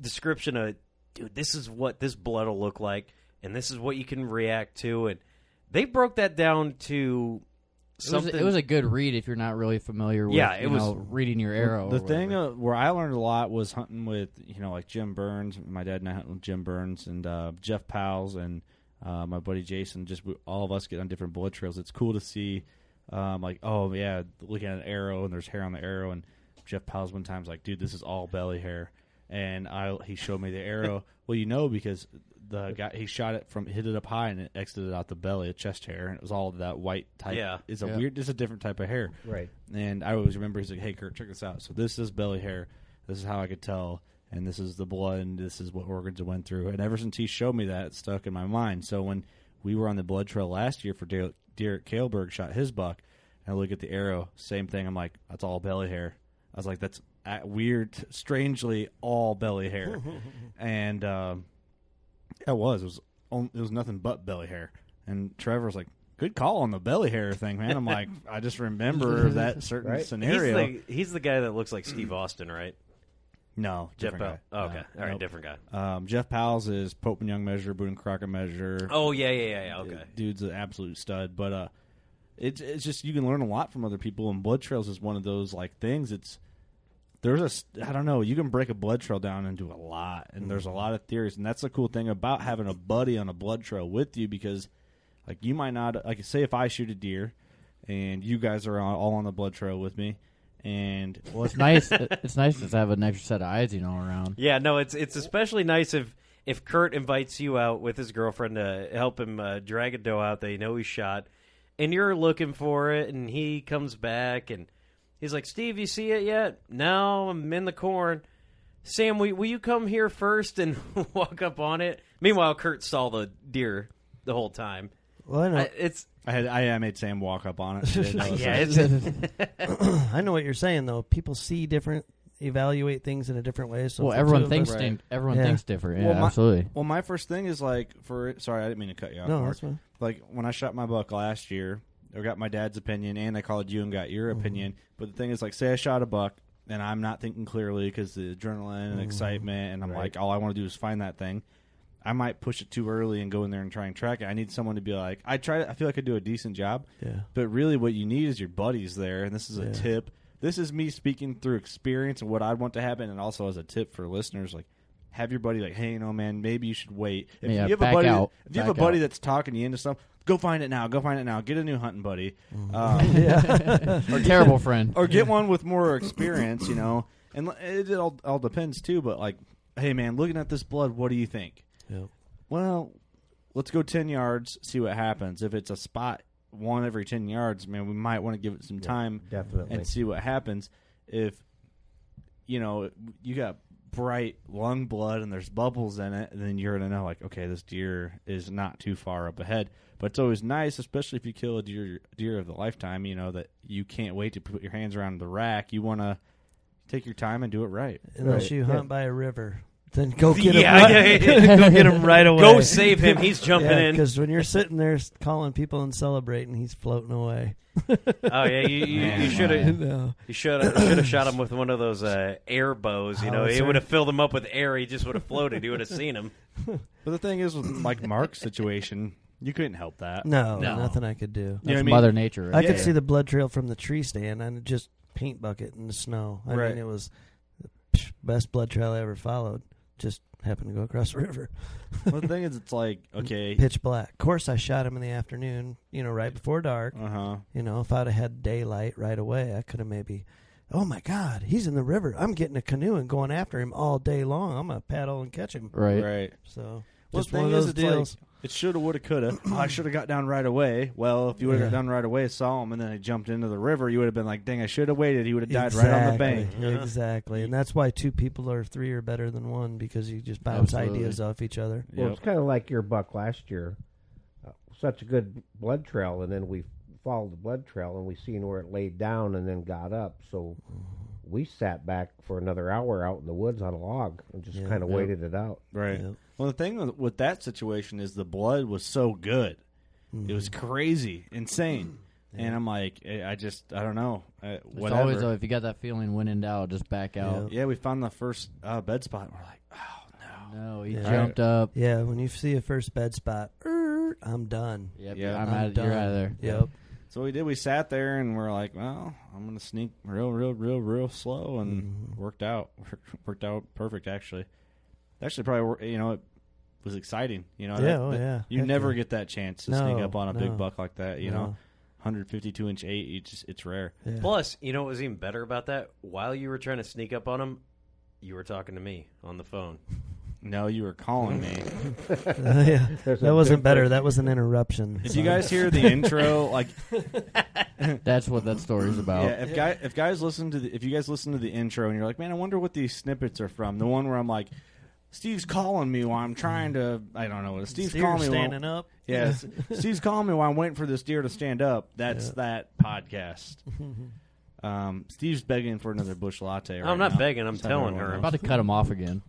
Speaker 4: description of, dude. This is what this blood will look like, and this is what you can react to, and they broke that down to
Speaker 6: It was,
Speaker 4: something.
Speaker 6: it was a good read if you're not really familiar with
Speaker 4: Yeah, it
Speaker 6: you
Speaker 4: was-
Speaker 6: know, reading your arrow. or
Speaker 1: the thing
Speaker 6: whatever.
Speaker 1: uh, where I learned a lot was hunting with you know like Jim Burns. My dad and I hunted with Jim Burns and uh, Jeff Powell's and uh, my buddy Jason. Just we, all of us get on different blood trails. It's cool to see, um, like oh yeah, looking at an arrow and there's hair on the arrow. And Jeff Powell's one time's like, dude, this is all belly hair. And I he showed me the
Speaker 6: (laughs)
Speaker 1: arrow. well, you know because the guy he shot it from hit it up high and it exited out the belly, a chest hair, and it was all that white type.
Speaker 4: Yeah.
Speaker 1: it's a
Speaker 6: Yeah.
Speaker 1: weird, it's a different type of hair.
Speaker 8: Right.
Speaker 1: And I always remember he's like, "Hey, Kurt, check this out. So this is belly hair. This is how I could tell, and this is the blood, and this is what organs it went through." And ever since he showed me that, it stuck in my mind. So when we were on the blood trail last year for Der- Derek Kaleberg shot his buck, and I look at the arrow, same thing. I'm like, "That's all belly hair." I was like, "That's uh, weird, strangely all belly hair," and. um yeah, it was. It was on, it was nothing but belly hair. And Trevor's like, "Good call on the belly hair thing, man." I'm
Speaker 4: (laughs)
Speaker 1: like, I just remember that certain
Speaker 8: Right.
Speaker 4: he's
Speaker 1: scenario.
Speaker 4: the, he's the guy that looks like Steve Austin, right?
Speaker 1: no,
Speaker 4: Jeff
Speaker 1: different
Speaker 4: Bell.
Speaker 1: guy.
Speaker 4: Oh, okay,
Speaker 1: No,
Speaker 4: all right,
Speaker 1: nope.
Speaker 4: different guy.
Speaker 1: Um, Jeff Powell's is Pope and Young measure, Boone and Crockett measure.
Speaker 4: Oh yeah, yeah, yeah. yeah okay.
Speaker 1: dude's an absolute stud. But uh, it's it's just you can learn a lot from other people, and blood trails is one of those like things. It's there's a s- I don't know you can break a blood trail down into a lot,
Speaker 4: Mm.
Speaker 1: and there's a lot of theories, and that's the cool thing about having a buddy on a blood trail with you because like you might not like say if I shoot a deer, and you guys are all all on the blood trail with me, and
Speaker 6: well, it's nice. it's nice to have an extra set of eyes, you know, around.
Speaker 4: Yeah, no, it's it's especially nice if if Kurt invites you out with his girlfriend to help him uh, drag a doe out that you know he shot, and you're looking for it, and he comes back and he's like, "Steve, you see it yet? No, I'm in the corn." Sam, will, will you come here first and (laughs) walk up on it? Meanwhile, Kurt saw the deer the whole time.
Speaker 7: Well, I know.
Speaker 4: I,
Speaker 7: (laughs)
Speaker 4: it's
Speaker 1: I had I I made Sam walk up on it. She
Speaker 4: (laughs)
Speaker 1: didn't know it was
Speaker 4: yeah,
Speaker 1: us.
Speaker 4: it's
Speaker 7: I know what you're saying though. People see different, evaluate things in a different way. So
Speaker 6: Well,
Speaker 7: if the two
Speaker 6: everyone
Speaker 7: of
Speaker 6: thinks
Speaker 7: us-
Speaker 6: different. everyone
Speaker 7: Yeah.
Speaker 6: thinks different. Yeah,
Speaker 1: well, my,
Speaker 6: absolutely.
Speaker 1: Well, my first thing is like for sorry, I didn't mean to cut you off.
Speaker 7: No,
Speaker 1: Mark.
Speaker 7: that's fine.
Speaker 1: like when I shot my buck last year, I got my dad's opinion and I called you and got your opinion. But the thing is, like, say I shot a buck and I'm not thinking clearly because the adrenaline and
Speaker 8: Mhm.
Speaker 1: excitement, and I'm
Speaker 8: Right.
Speaker 1: like, all I want to do is find that thing. I might push it too early and go in there and try and track it. I need someone to be like, I try. I feel like I do a decent job.
Speaker 7: Yeah.
Speaker 1: But really, what you need is your buddies there, and this is a
Speaker 7: Yeah.
Speaker 1: tip. This is me speaking through experience and what I'd want to happen, and also as a tip for listeners, like have your buddy like, hey, you know, man, maybe you should wait. If
Speaker 6: Yeah,
Speaker 1: you have a
Speaker 6: back
Speaker 1: buddy,
Speaker 6: out.
Speaker 1: if you have a
Speaker 6: Back out.
Speaker 1: buddy that's talking you into something, go find it now. Go find it now. Get a new hunting buddy.
Speaker 6: Mm-hmm.
Speaker 1: Um,
Speaker 6: (laughs) Yeah.
Speaker 1: get-
Speaker 6: Terrible friend.
Speaker 1: (laughs) Or get one with more experience. You know, and l- it all all depends too. But like, hey, man, looking at this blood, what do you think?
Speaker 7: Yeah.
Speaker 1: Well, let's go 10 yards, see what happens. If it's a spot one every 10 yards, man, we might want to give it some time
Speaker 8: definitely.
Speaker 1: and see what happens. If, you know, you got bright lung blood and there's bubbles in it, then you're going to know, like, okay, this deer is not too far up ahead. But it's always nice, especially if you kill a deer, deer of the lifetime, you know, that you can't wait to put your hands around the rack. You want to take your time and do it right.
Speaker 7: Unless
Speaker 8: Right.
Speaker 7: you
Speaker 8: Yeah.
Speaker 7: hunt by a river, then (laughs) go get
Speaker 4: Yeah,
Speaker 7: him. Right,
Speaker 4: yeah, yeah.
Speaker 7: go get him (laughs) right away.
Speaker 4: Go save him.
Speaker 7: (laughs)
Speaker 4: He's jumping in.
Speaker 7: Because (laughs) when you're sitting there s- calling people and celebrating, he's floating away.
Speaker 4: Oh yeah, you you- you
Speaker 1: Man.
Speaker 4: should have
Speaker 7: No.
Speaker 4: you should have should have shot him with one of those uh, air bows. You know, it
Speaker 7: Howitzer.
Speaker 4: would have filled him up with air. He just would have floated. He would have seen him.
Speaker 1: But the thing is, with (coughs) like Mark's situation, you couldn't help that.
Speaker 7: (laughs) no,
Speaker 4: No.
Speaker 7: nothing I could do.
Speaker 1: You know what I mean?
Speaker 6: Mother Nature.
Speaker 7: I
Speaker 6: Right?
Speaker 7: could
Speaker 1: Yeah.
Speaker 7: see the blood trail from the tree stand and just paint bucket in the snow. I
Speaker 1: Right.
Speaker 7: mean, it was the best blood trail I ever followed. Just happened to go across the river. (laughs)
Speaker 1: Well, the thing is, it's like okay,
Speaker 7: Pitch black. Of course, I shot him in the afternoon, you know, right before dark.
Speaker 1: uh huh.
Speaker 7: You know, if I'd have had daylight right away, I could have maybe, oh my God, he's in the river. I'm getting a canoe and going after him all day long. I'm going to paddle and catch him.
Speaker 6: Right.
Speaker 1: Right.
Speaker 7: So,
Speaker 1: Well,
Speaker 7: just
Speaker 1: the
Speaker 7: one
Speaker 1: thing
Speaker 7: of those
Speaker 1: is, it's
Speaker 7: deals.
Speaker 1: like it shoulda, woulda, coulda. oh, (clears throat) I shoulda got down right away. Well, if you woulda
Speaker 7: Yeah.
Speaker 1: got down right away, saw him, and then I jumped into the river, you woulda been like, "Dang, I shoulda waited." He woulda died right on the bank.
Speaker 7: Exactly, Exactly. And that's why two people or three are better than one because you just bounce
Speaker 6: Absolutely.
Speaker 7: ideas off each other.
Speaker 1: Yep.
Speaker 8: Well, it's kind of like your buck last year. Uh, such a good blood trail, and then we followed the blood trail, and we seen where it laid down, and then got up. So we sat back for another hour out in the woods on a log and just
Speaker 7: Yeah.
Speaker 8: kind of
Speaker 7: Yeah.
Speaker 8: waited it out.
Speaker 1: Right.
Speaker 7: Yep.
Speaker 1: Well, the thing with- with that situation is the blood was so good, it was
Speaker 7: Mm-hmm.
Speaker 1: crazy, insane, and I'm like, eh, I I just, I don't know, I,
Speaker 6: It's
Speaker 1: whatever.
Speaker 6: always though, if you got that feeling when in doubt, just back out.
Speaker 1: yeah, we found the first uh, bed spot, and we're like, "Oh no."
Speaker 6: No, he
Speaker 7: Yeah.
Speaker 6: jumped up.
Speaker 7: Yeah, when you see a first bed spot, "Er, I'm done.
Speaker 6: Yep,
Speaker 1: Yeah.
Speaker 6: I'm,
Speaker 7: I'm
Speaker 6: out.
Speaker 7: done.
Speaker 6: You're out of there.
Speaker 7: Yep.
Speaker 1: So we did. We sat there and we're like, well, I'm gonna sneak real, real, real, real slow, and
Speaker 7: Mm-hmm.
Speaker 1: worked out. (laughs) Worked out perfect, actually. Actually, probably wor- you know it was exciting. You know,
Speaker 7: Yeah,
Speaker 1: that-
Speaker 7: oh,
Speaker 1: that-
Speaker 7: yeah.
Speaker 1: You
Speaker 7: Heck
Speaker 1: never
Speaker 7: yeah.
Speaker 1: get that chance to
Speaker 7: No,
Speaker 1: sneak up on a
Speaker 7: no.
Speaker 1: big buck like that. You know,
Speaker 7: No.
Speaker 1: 152 inch eight. You just, it's rare.
Speaker 7: Yeah.
Speaker 4: Plus, you know what was even better about that? While you were trying to sneak up on him, you were talking to me on the phone.
Speaker 1: No, you were calling
Speaker 7: (laughs)
Speaker 1: me.
Speaker 7: (laughs) yeah.
Speaker 8: (laughs) There's
Speaker 7: That
Speaker 8: a
Speaker 7: wasn't better.
Speaker 8: difference.
Speaker 7: That was an interruption.
Speaker 1: If
Speaker 7: So-
Speaker 1: you guys hear the intro,
Speaker 7: (laughs)
Speaker 1: like
Speaker 6: That's what that story's
Speaker 7: Oh.
Speaker 6: about.
Speaker 1: Yeah, if guy if guys listen to the if you guys listen to the intro and you're like, man, I wonder what these snippets are from. The one where I'm like, Steve's calling me while I'm trying to I don't know what Steve's
Speaker 7: Steer
Speaker 1: calling me while-
Speaker 7: Mm. standing up.
Speaker 1: Yeah, (laughs) S- Steve's calling me while I'm waiting for this deer to stand up. That's
Speaker 7: Yeah.
Speaker 1: that
Speaker 7: (laughs)
Speaker 1: podcast. Um, Steve's begging for another bush latte. Right
Speaker 4: I'm not
Speaker 1: now.
Speaker 4: begging, I'm
Speaker 1: Just having
Speaker 4: telling
Speaker 1: one
Speaker 4: her.
Speaker 1: of
Speaker 6: about
Speaker 1: those.
Speaker 6: to cut him off again.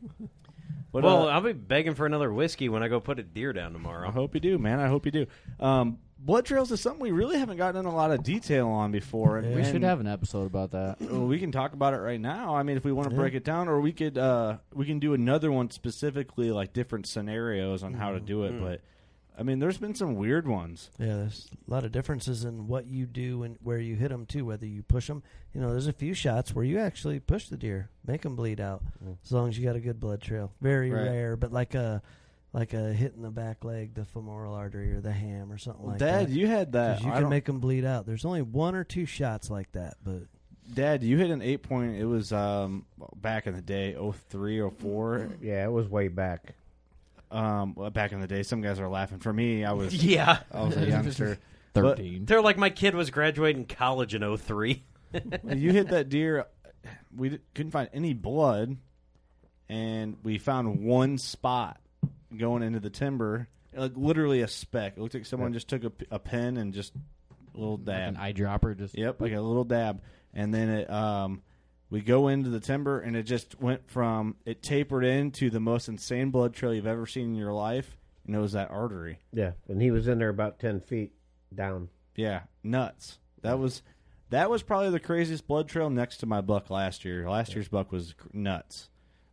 Speaker 1: But,
Speaker 4: well,
Speaker 1: uh, Uh-huh.
Speaker 4: I'll be begging for another whiskey when I go put a deer down
Speaker 1: I
Speaker 4: tomorrow.
Speaker 1: hope you do, man. I hope you do. Um, blood trails is something we really haven't gotten in a lot of detail on before. and-
Speaker 6: We should
Speaker 1: and-
Speaker 6: have an episode about that.
Speaker 1: Well, we can talk about it right now. I mean, if we want to break it down, or we could uh, we can do another one specifically, like different scenarios on
Speaker 7: Mm-hmm.
Speaker 1: how to do
Speaker 4: Mm.
Speaker 1: it. But I mean, there's been some weird ones.
Speaker 7: Yeah, there's a lot of differences in what you do and where you hit them too. Whether you push them, you know, there's a few shots where you actually push the deer, make them bleed out, as long as you got a good blood trail. Very
Speaker 1: Mm-hmm. Right.
Speaker 7: rare, but like a like a hit in the back leg, the femoral artery, or the ham, or something like
Speaker 1: Dad,
Speaker 7: that.
Speaker 1: you had that.
Speaker 7: 'Cause you
Speaker 1: I
Speaker 7: can
Speaker 1: don't-
Speaker 7: make them bleed out. There's only one or two shots like that, but
Speaker 1: Dad, you hit an eight point. It was um, back in the day, 03, 04.
Speaker 8: Yeah, it was way back.
Speaker 1: Um, well, back in the day, some guys are laughing. For me, I was
Speaker 4: (laughs) (laughs) Yeah.
Speaker 1: I was a youngster. But-
Speaker 6: Thirteen.
Speaker 4: They're like my kid was graduating college in 03.
Speaker 1: you hit that deer. We d- couldn't find any blood, and we found one spot going into the timber, like literally a speck. It looked like someone just took a, p- a pen and just a little
Speaker 6: an
Speaker 1: dab.
Speaker 6: eyedropper just
Speaker 1: Yep, like a little dab, and then it. Um, we go into the timber, and it just went from it tapered into the most insane blood trail you've ever seen in your life, knows that artery.
Speaker 8: Yeah, and he was in there about ten feet down.
Speaker 1: Yeah, nuts. That was that was probably the craziest blood trail next to my buck last year. Last year's buck was cr- nuts.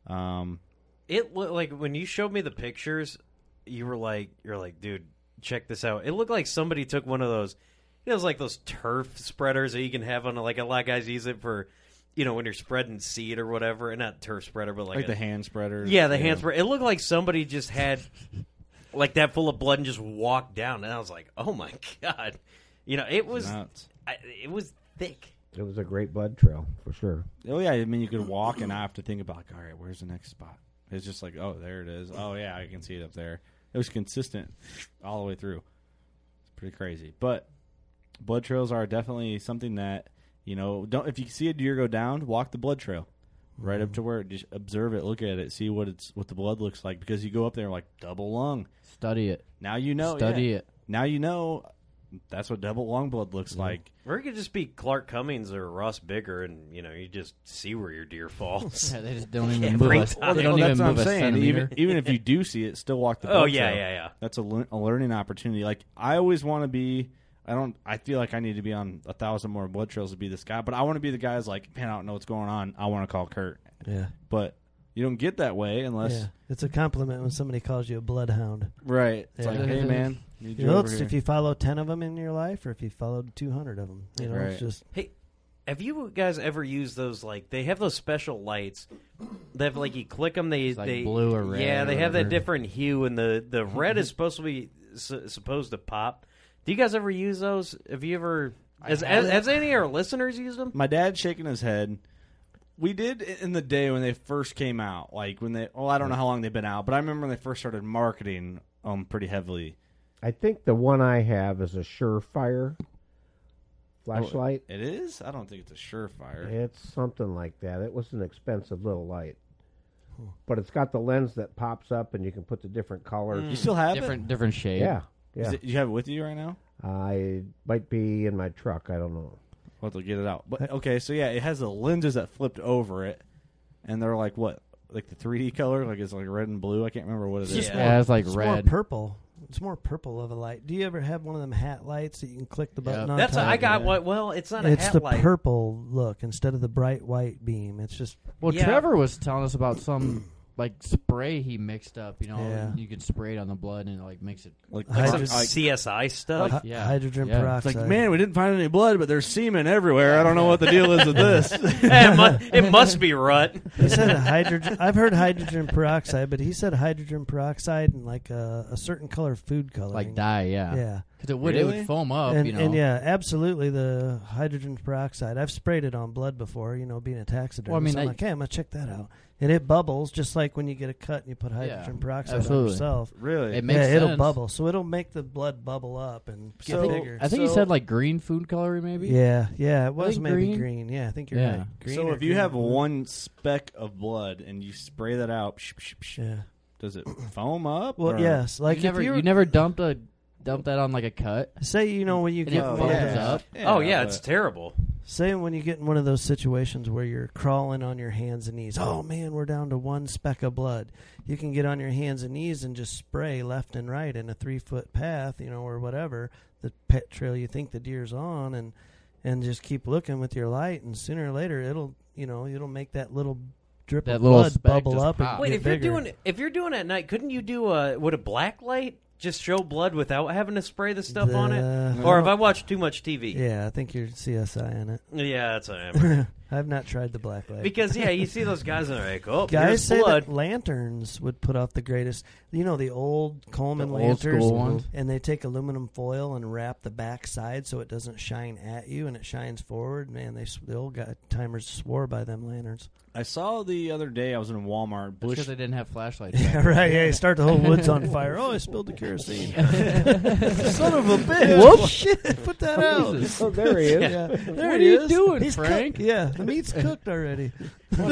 Speaker 1: Um,
Speaker 4: It looked like when you showed me the pictures, you were like, you're like, dude, check this out. It looked like somebody took one of those, you know, it's like those turf spreaders that you can have on like a lot of guys use it for, you know, when you're spreading seed or whatever, and not turf spreader, but like,
Speaker 1: like
Speaker 4: a-
Speaker 1: the hand spreader.
Speaker 4: Yeah, the
Speaker 1: you
Speaker 4: hand
Speaker 1: know.
Speaker 4: spreader. It looked like somebody just had like that full of blood and just walked down, and I was like, oh my (laughs) god, you know, it was,
Speaker 1: Nuts.
Speaker 4: I, it was thick.
Speaker 8: It was a great blood trail for sure.
Speaker 1: Oh yeah, I mean you could walk
Speaker 6: (clears throat)
Speaker 1: and I have to think about like, all right, where's the next spot? It's just like, oh, there it is. Oh yeah, I can see it up there. It was consistent all the way through. It's pretty crazy. But blood trails are definitely something that, you know, don't if you see a deer go down, walk the blood trail. Right
Speaker 6: Mm-hmm.
Speaker 1: up to where it- just observe it, look at it, see what it's what the blood looks like because you go up there like double lung.
Speaker 6: Study it.
Speaker 1: Now you know
Speaker 6: Study
Speaker 1: yeah.
Speaker 6: it.
Speaker 1: Now you know that's what double lung blood looks like.
Speaker 4: Or it could just be Clark Cummings or Ross Bigger, and you know you just see where your deer (laughs) falls.
Speaker 6: Yeah, they just don't even
Speaker 4: Every
Speaker 6: move us.
Speaker 4: time.
Speaker 6: They don't
Speaker 1: well,
Speaker 6: even
Speaker 1: that's
Speaker 6: move
Speaker 1: what
Speaker 6: a
Speaker 1: I'm saying.
Speaker 6: centimeter.
Speaker 1: Even, even if you do see it, still walk the.
Speaker 4: Oh,
Speaker 1: boat
Speaker 4: yeah,
Speaker 1: trail.
Speaker 4: yeah, yeah.
Speaker 1: That's a, lear- a learning opportunity. Like I always want to be. I don't. I feel like I need to be on a thousand more blood trails to be this guy. But I want to be the guy that's like, man, I don't know what's going on. I want to call Kurt.
Speaker 7: Yeah.
Speaker 1: But you don't get that way unless
Speaker 7: yeah. It's a compliment when somebody calls you a bloodhound.
Speaker 1: right. It's
Speaker 7: Yeah.
Speaker 1: like, hey man, you
Speaker 7: You know, it's if you follow 10 of them in your life or if you followed 200 of them. You know,
Speaker 1: Right.
Speaker 7: it's just
Speaker 4: Hey, have you guys ever used those? Like they have those special lights that like you click them, they
Speaker 6: like
Speaker 4: they
Speaker 6: blue or red
Speaker 4: Yeah,
Speaker 6: or
Speaker 4: they have
Speaker 6: whatever.
Speaker 4: that different hue, and the the red is supposed to be su- supposed to pop. Do you guys ever use those? Have you ever? Has, has, has any of our listeners used them?
Speaker 1: My dad's shaking his head. We did i- in the day when they first came out, like when they. Well, I don't know how long they've been out, but I remember when they first started marketing um pretty heavily.
Speaker 8: I think the one I have is a Surefire flashlight.
Speaker 1: It is. I don't think it's a surefire.
Speaker 8: It's something like that. It was an expensive little light, but it's got the lens that pops up, and you can put the different colors.
Speaker 1: Mm. You still have
Speaker 6: different different
Speaker 8: Yeah,
Speaker 6: shade.
Speaker 8: yeah.
Speaker 1: it? Is it- You have it with you right now?
Speaker 8: I might be in my truck. I don't know.
Speaker 1: We'll have to get it out. But okay, so yeah, it has the lenses that flipped over it, and they're like what, like the 3D color, like it's like red and blue. I can't remember what it is.
Speaker 4: just
Speaker 6: Yeah, it's like
Speaker 7: it's more
Speaker 6: red.
Speaker 7: purple. It's more purple of a light. Do you ever have one of them hat lights that you can click the button on?
Speaker 4: That's
Speaker 7: top?
Speaker 4: I got. What? Well, it's not a
Speaker 7: It's
Speaker 4: hat
Speaker 7: the
Speaker 4: light.
Speaker 7: purple look instead of the bright white beam. It's just
Speaker 6: Well,
Speaker 4: Yeah.
Speaker 6: Trevor was telling us about some like spray he mixed up. You know,
Speaker 7: Yeah.
Speaker 6: you could spray it on the blood and like mix it.
Speaker 1: like,
Speaker 7: I
Speaker 1: like,
Speaker 4: Some
Speaker 7: just-
Speaker 1: like-
Speaker 4: CSI stuff. (laughs)
Speaker 7: (laughs) hy-
Speaker 6: yeah.
Speaker 7: hydrogen
Speaker 6: Yeah.
Speaker 1: it's
Speaker 7: peroxide.
Speaker 1: like man, we didn't find any blood, but there's semen everywhere. I don't know what the deal is with this.
Speaker 4: (laughs) Eh, it, must, it must be rut.
Speaker 7: he said a hydrogen. I've heard hydrogen peroxide, but he said hydrogen peroxide and like a, a certain color food coloring.
Speaker 6: Like dye, yeah,
Speaker 7: Yeah.
Speaker 6: because it would it
Speaker 1: Really?
Speaker 6: would foam up.
Speaker 7: and,
Speaker 6: you know,
Speaker 7: and yeah, absolutely the hydrogen peroxide. I've sprayed it on blood before, you know, being a taxidermist.
Speaker 6: Well, I mean,
Speaker 7: I'm
Speaker 6: that-
Speaker 7: like, hey, I'm gonna check that out, and it bubbles just like when you get a cut and you put hydrogen peroxide on
Speaker 6: absolutely.
Speaker 7: yourself.
Speaker 1: really?
Speaker 6: it makes
Speaker 7: yeah, it'll
Speaker 6: sense.
Speaker 7: bubble, so it'll make the blood bubble up and get
Speaker 1: So-
Speaker 7: bigger.
Speaker 6: I think you
Speaker 1: So-
Speaker 6: said like green food coloring, maybe.
Speaker 7: Yeah, yeah, it was
Speaker 6: think
Speaker 7: maybe green.
Speaker 6: green.
Speaker 7: Yeah, I think you're
Speaker 6: Yeah.
Speaker 7: right. Green
Speaker 1: so
Speaker 7: or
Speaker 1: if you
Speaker 7: green
Speaker 1: have
Speaker 7: or blue.
Speaker 1: one speck of blood and you spray that out, psh, psh, psh,
Speaker 7: yeah,
Speaker 1: does it foam up?
Speaker 7: well,
Speaker 1: or-
Speaker 7: yes, like
Speaker 6: you
Speaker 7: if
Speaker 6: never
Speaker 7: you,
Speaker 6: you never dumped a dump that on like a cut.
Speaker 7: say, you know, when you
Speaker 6: And
Speaker 7: get one
Speaker 6: it
Speaker 1: Oh,
Speaker 7: of
Speaker 6: bubbles
Speaker 7: those-
Speaker 1: yeah.
Speaker 6: up.
Speaker 4: oh yeah,
Speaker 1: but-
Speaker 4: it's terrible.
Speaker 7: Say when you get in one of those situations where you're crawling on your hands and knees. Oh man, we're down to one speck of blood. You can get on your hands and knees and just spray left and right in a three foot path, you know, or whatever the pet trail you think the deer's on, and and just keep looking with your light. And sooner or later, it'll you know it'll make that little drip
Speaker 6: That
Speaker 7: of
Speaker 6: little
Speaker 7: blood
Speaker 6: speck
Speaker 7: bubble
Speaker 6: just
Speaker 7: up.
Speaker 6: pop.
Speaker 7: And
Speaker 4: Wait,
Speaker 7: get
Speaker 4: if you're
Speaker 7: bigger.
Speaker 4: doing if you're doing it at night, couldn't you do a would a black light just show blood without having to spray the stuff on
Speaker 7: The-
Speaker 4: it? Or have I watched too much TV?
Speaker 7: yeah, I think you're CSI in it.
Speaker 4: Yeah, that's what I am.
Speaker 7: (laughs) I've not tried the black light.
Speaker 4: because yeah, you see those guys and they're like, oh,
Speaker 7: Guys
Speaker 4: here's
Speaker 7: say
Speaker 4: blood.
Speaker 7: that lanterns would put off the greatest. You know the old Coleman
Speaker 6: The old
Speaker 7: lanterns,
Speaker 6: school ones?
Speaker 7: and they take aluminum foil and wrap the back side so it doesn't shine at you and it shines forward. Man, they s- the old guy timers swore by them lanterns.
Speaker 1: I saw the other day I was in Walmart. Bush
Speaker 6: Because they didn't
Speaker 7: (laughs)
Speaker 6: have flashlights.
Speaker 7: (laughs)
Speaker 6: back
Speaker 7: Yeah, right. Yeah, you start the whole woods on fire. Oh, I spilled the kerosene. (laughs) Son of a bitch! (laughs)
Speaker 6: Whoops.
Speaker 7: Shit, put that out.
Speaker 6: Jesus.
Speaker 8: Oh, there
Speaker 1: (laughs)
Speaker 8: he is.
Speaker 7: Yeah, there
Speaker 6: What
Speaker 7: it
Speaker 6: are you
Speaker 7: is.
Speaker 6: doing,
Speaker 7: He's cooked.
Speaker 6: Frank?
Speaker 7: Yeah, the meat's cooked (laughs) already.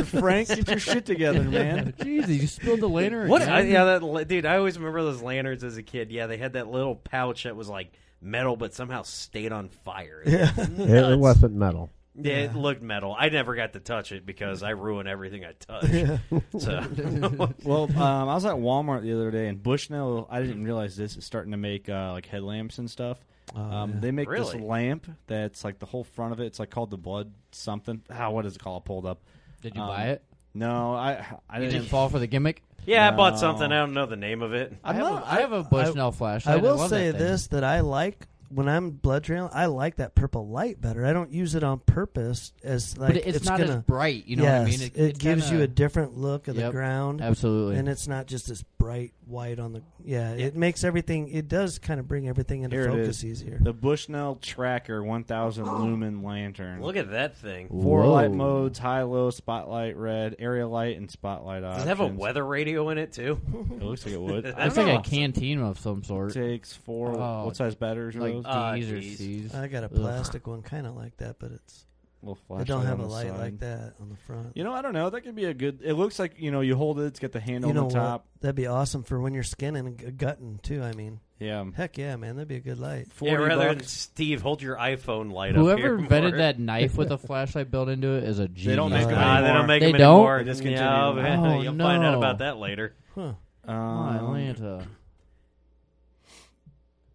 Speaker 1: Frank, get your shit together,
Speaker 6: (laughs)
Speaker 1: man.
Speaker 6: Jeez, you spilled the lantern.
Speaker 4: What? I,
Speaker 6: Again?
Speaker 4: yeah, that la- dude. I always remember those lanterns as a kid. Yeah, they had that little pouch that was like metal, but somehow stayed on fire.
Speaker 7: Yeah.
Speaker 8: It, it wasn't metal.
Speaker 4: Yeah, It looked metal. I never got to touch it because I ruin everything I
Speaker 7: (laughs)
Speaker 4: touch. so (laughs)
Speaker 1: well, um, I was at Walmart the other day, and Bushnell. I didn't realize this is starting to make uh, like headlamps and stuff.
Speaker 7: Oh,
Speaker 1: um, They make this
Speaker 4: Really?
Speaker 1: lamp that's like the whole front of it. It's like called the blood something. Ah, what is it called? I pulled up.
Speaker 6: Did you buy it?
Speaker 1: No, I I
Speaker 6: You
Speaker 1: didn't,
Speaker 6: didn't fall for the gimmick?
Speaker 4: yeah, I bought
Speaker 1: No.
Speaker 4: something. I don't know the name of it.
Speaker 6: I have,
Speaker 7: not-
Speaker 6: a, I have a Bushnell flashlight.
Speaker 7: I will
Speaker 6: love that
Speaker 7: say
Speaker 6: thing.
Speaker 7: this that I like when I'm blood trailing. I like that purple light better. I don't use it on purpose as like
Speaker 6: but it's, not
Speaker 7: gonna,
Speaker 6: as bright. You know what I mean?
Speaker 7: Yes, It,
Speaker 6: it's
Speaker 7: gives you
Speaker 6: kinda-
Speaker 7: a different look of the
Speaker 6: Yep,
Speaker 7: ground.
Speaker 6: absolutely.
Speaker 7: and it's not just this bright white on the. Yeah, it makes everything. It does kind of bring everything into
Speaker 1: Here it
Speaker 7: focus
Speaker 1: is.
Speaker 7: easier.
Speaker 1: The Bushnell Tracker
Speaker 7: (gasps)
Speaker 1: 1000 lumen lantern.
Speaker 4: Look at that thing.
Speaker 1: Four
Speaker 6: Whoa.
Speaker 1: light modes: high, low, spotlight, red, area light, and spotlight.
Speaker 4: Does it have a
Speaker 1: options.
Speaker 4: weather radio in it too?
Speaker 1: It looks like it
Speaker 4: (laughs)
Speaker 1: would.
Speaker 4: That's
Speaker 1: I
Speaker 6: It's
Speaker 1: don't
Speaker 6: like
Speaker 1: know.
Speaker 6: a canteen of some sort.
Speaker 1: takes four.
Speaker 6: Oh,
Speaker 1: what size batteries are
Speaker 6: Like
Speaker 7: uh,
Speaker 1: those?
Speaker 4: Ah,
Speaker 6: D's or
Speaker 4: geez.
Speaker 6: C's.
Speaker 7: I got a
Speaker 6: Ugh.
Speaker 7: plastic one, kind of like that, but it's.
Speaker 1: Little
Speaker 7: I
Speaker 1: flashlight
Speaker 7: don't have
Speaker 1: on
Speaker 7: a
Speaker 1: the
Speaker 7: light
Speaker 1: side.
Speaker 7: like that on the front.
Speaker 1: You know, I don't know. That could be a good. It looks like you know you hold it. It's got the handle
Speaker 7: You know
Speaker 1: on the top.
Speaker 7: what? That'd be awesome for when you're skinning and g- gutting too. I mean,
Speaker 1: Yeah.
Speaker 7: heck yeah, man, that'd be a good light.
Speaker 4: Yeah,
Speaker 1: 40
Speaker 4: rather than
Speaker 1: bucks.
Speaker 4: Steve, hold your iPhone light up.
Speaker 6: Whoever
Speaker 4: here
Speaker 6: invented
Speaker 4: more.
Speaker 6: that
Speaker 7: (laughs)
Speaker 6: knife with a flashlight built into it is a genius.
Speaker 1: don't make 'em
Speaker 6: guy.
Speaker 4: (laughs) Nah, they don't make
Speaker 6: They
Speaker 4: them
Speaker 6: don't?
Speaker 4: anymore.
Speaker 1: They discontinued
Speaker 4: Yeah,
Speaker 1: them.
Speaker 4: man,
Speaker 6: Oh,
Speaker 4: you'll find out
Speaker 6: no.
Speaker 4: about that later.
Speaker 7: Huh?
Speaker 6: Oh,
Speaker 1: Um,
Speaker 6: Atlanta.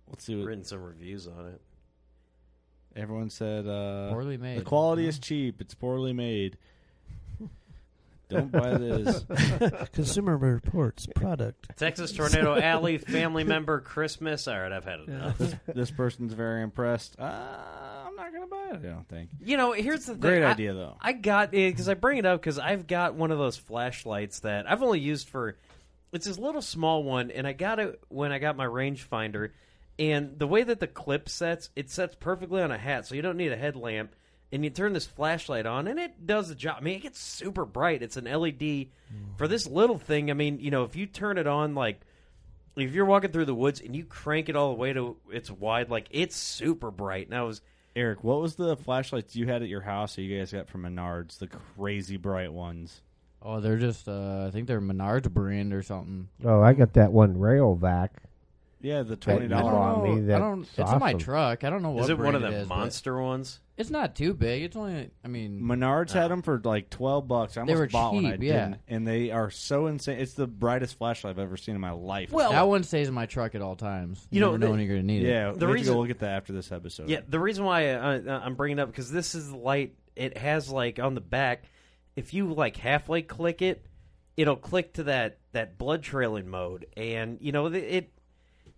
Speaker 1: let's see. What,
Speaker 4: Written some reviews on it.
Speaker 1: everyone said uh,
Speaker 6: Poorly made.
Speaker 1: The quality is cheap. It's poorly made. don't buy this.
Speaker 7: Consumer Reports product.
Speaker 4: Texas Tornado
Speaker 6: (laughs)
Speaker 4: Alley family member Christmas. All right, I've had enough.
Speaker 1: this person's very impressed. Uh, I'm not gonna buy it. I don't think.
Speaker 4: You know, here's the thing.
Speaker 1: Great
Speaker 4: I-
Speaker 1: idea though.
Speaker 4: I got it because I bring it up because I've got one of those flashlights that I've only used for. It's this little small one, and I got it when I got my rangefinder. And the way that the clip sets, it sets perfectly on a hat, so you don't need a headlamp. And you turn this flashlight on, and it does the job. I mean, it gets super bright. It's an LED for this little thing. I mean, you know, if you turn it on like if you're walking through the woods and you crank it all the way to its wide, like it's super bright. And I was
Speaker 1: Eric, what was the flashlights you had at your house that you guys got from Menards? The crazy bright ones.
Speaker 6: Oh, they're just. Uh, I think they're Menards brand or something.
Speaker 8: Oh, I got that one rail vac.
Speaker 1: Yeah, the twenty
Speaker 6: I don't
Speaker 8: Well,
Speaker 1: dollar.
Speaker 8: I
Speaker 6: know.
Speaker 8: mean,
Speaker 6: I
Speaker 8: that's
Speaker 6: don't. It's in my
Speaker 8: awesome.
Speaker 6: truck. I don't know what.
Speaker 4: is it one
Speaker 6: brand
Speaker 4: of the
Speaker 6: is, but
Speaker 4: monster ones?
Speaker 6: It's not too big. It's only. I mean,
Speaker 1: Menards had them for like twelve bucks. I
Speaker 6: Oh. They
Speaker 1: almost
Speaker 6: were
Speaker 1: bought one. I
Speaker 6: cheap, yeah.
Speaker 1: didn't, and they are so insane. It's the brightest flashlight I've ever seen in my life.
Speaker 6: that one stays in my truck at all times. You,
Speaker 4: You know,
Speaker 6: never know
Speaker 4: the-
Speaker 6: when you're gonna need it.
Speaker 1: yeah.
Speaker 4: The
Speaker 1: The we reason
Speaker 4: reason-
Speaker 1: to go look at that after this episode.
Speaker 4: Yeah, the reason why I, I, I'm bringing it up because this is the light. It has like on the back, if you like halfway click it, it'll click to that that blood trailing mode, and you know th- it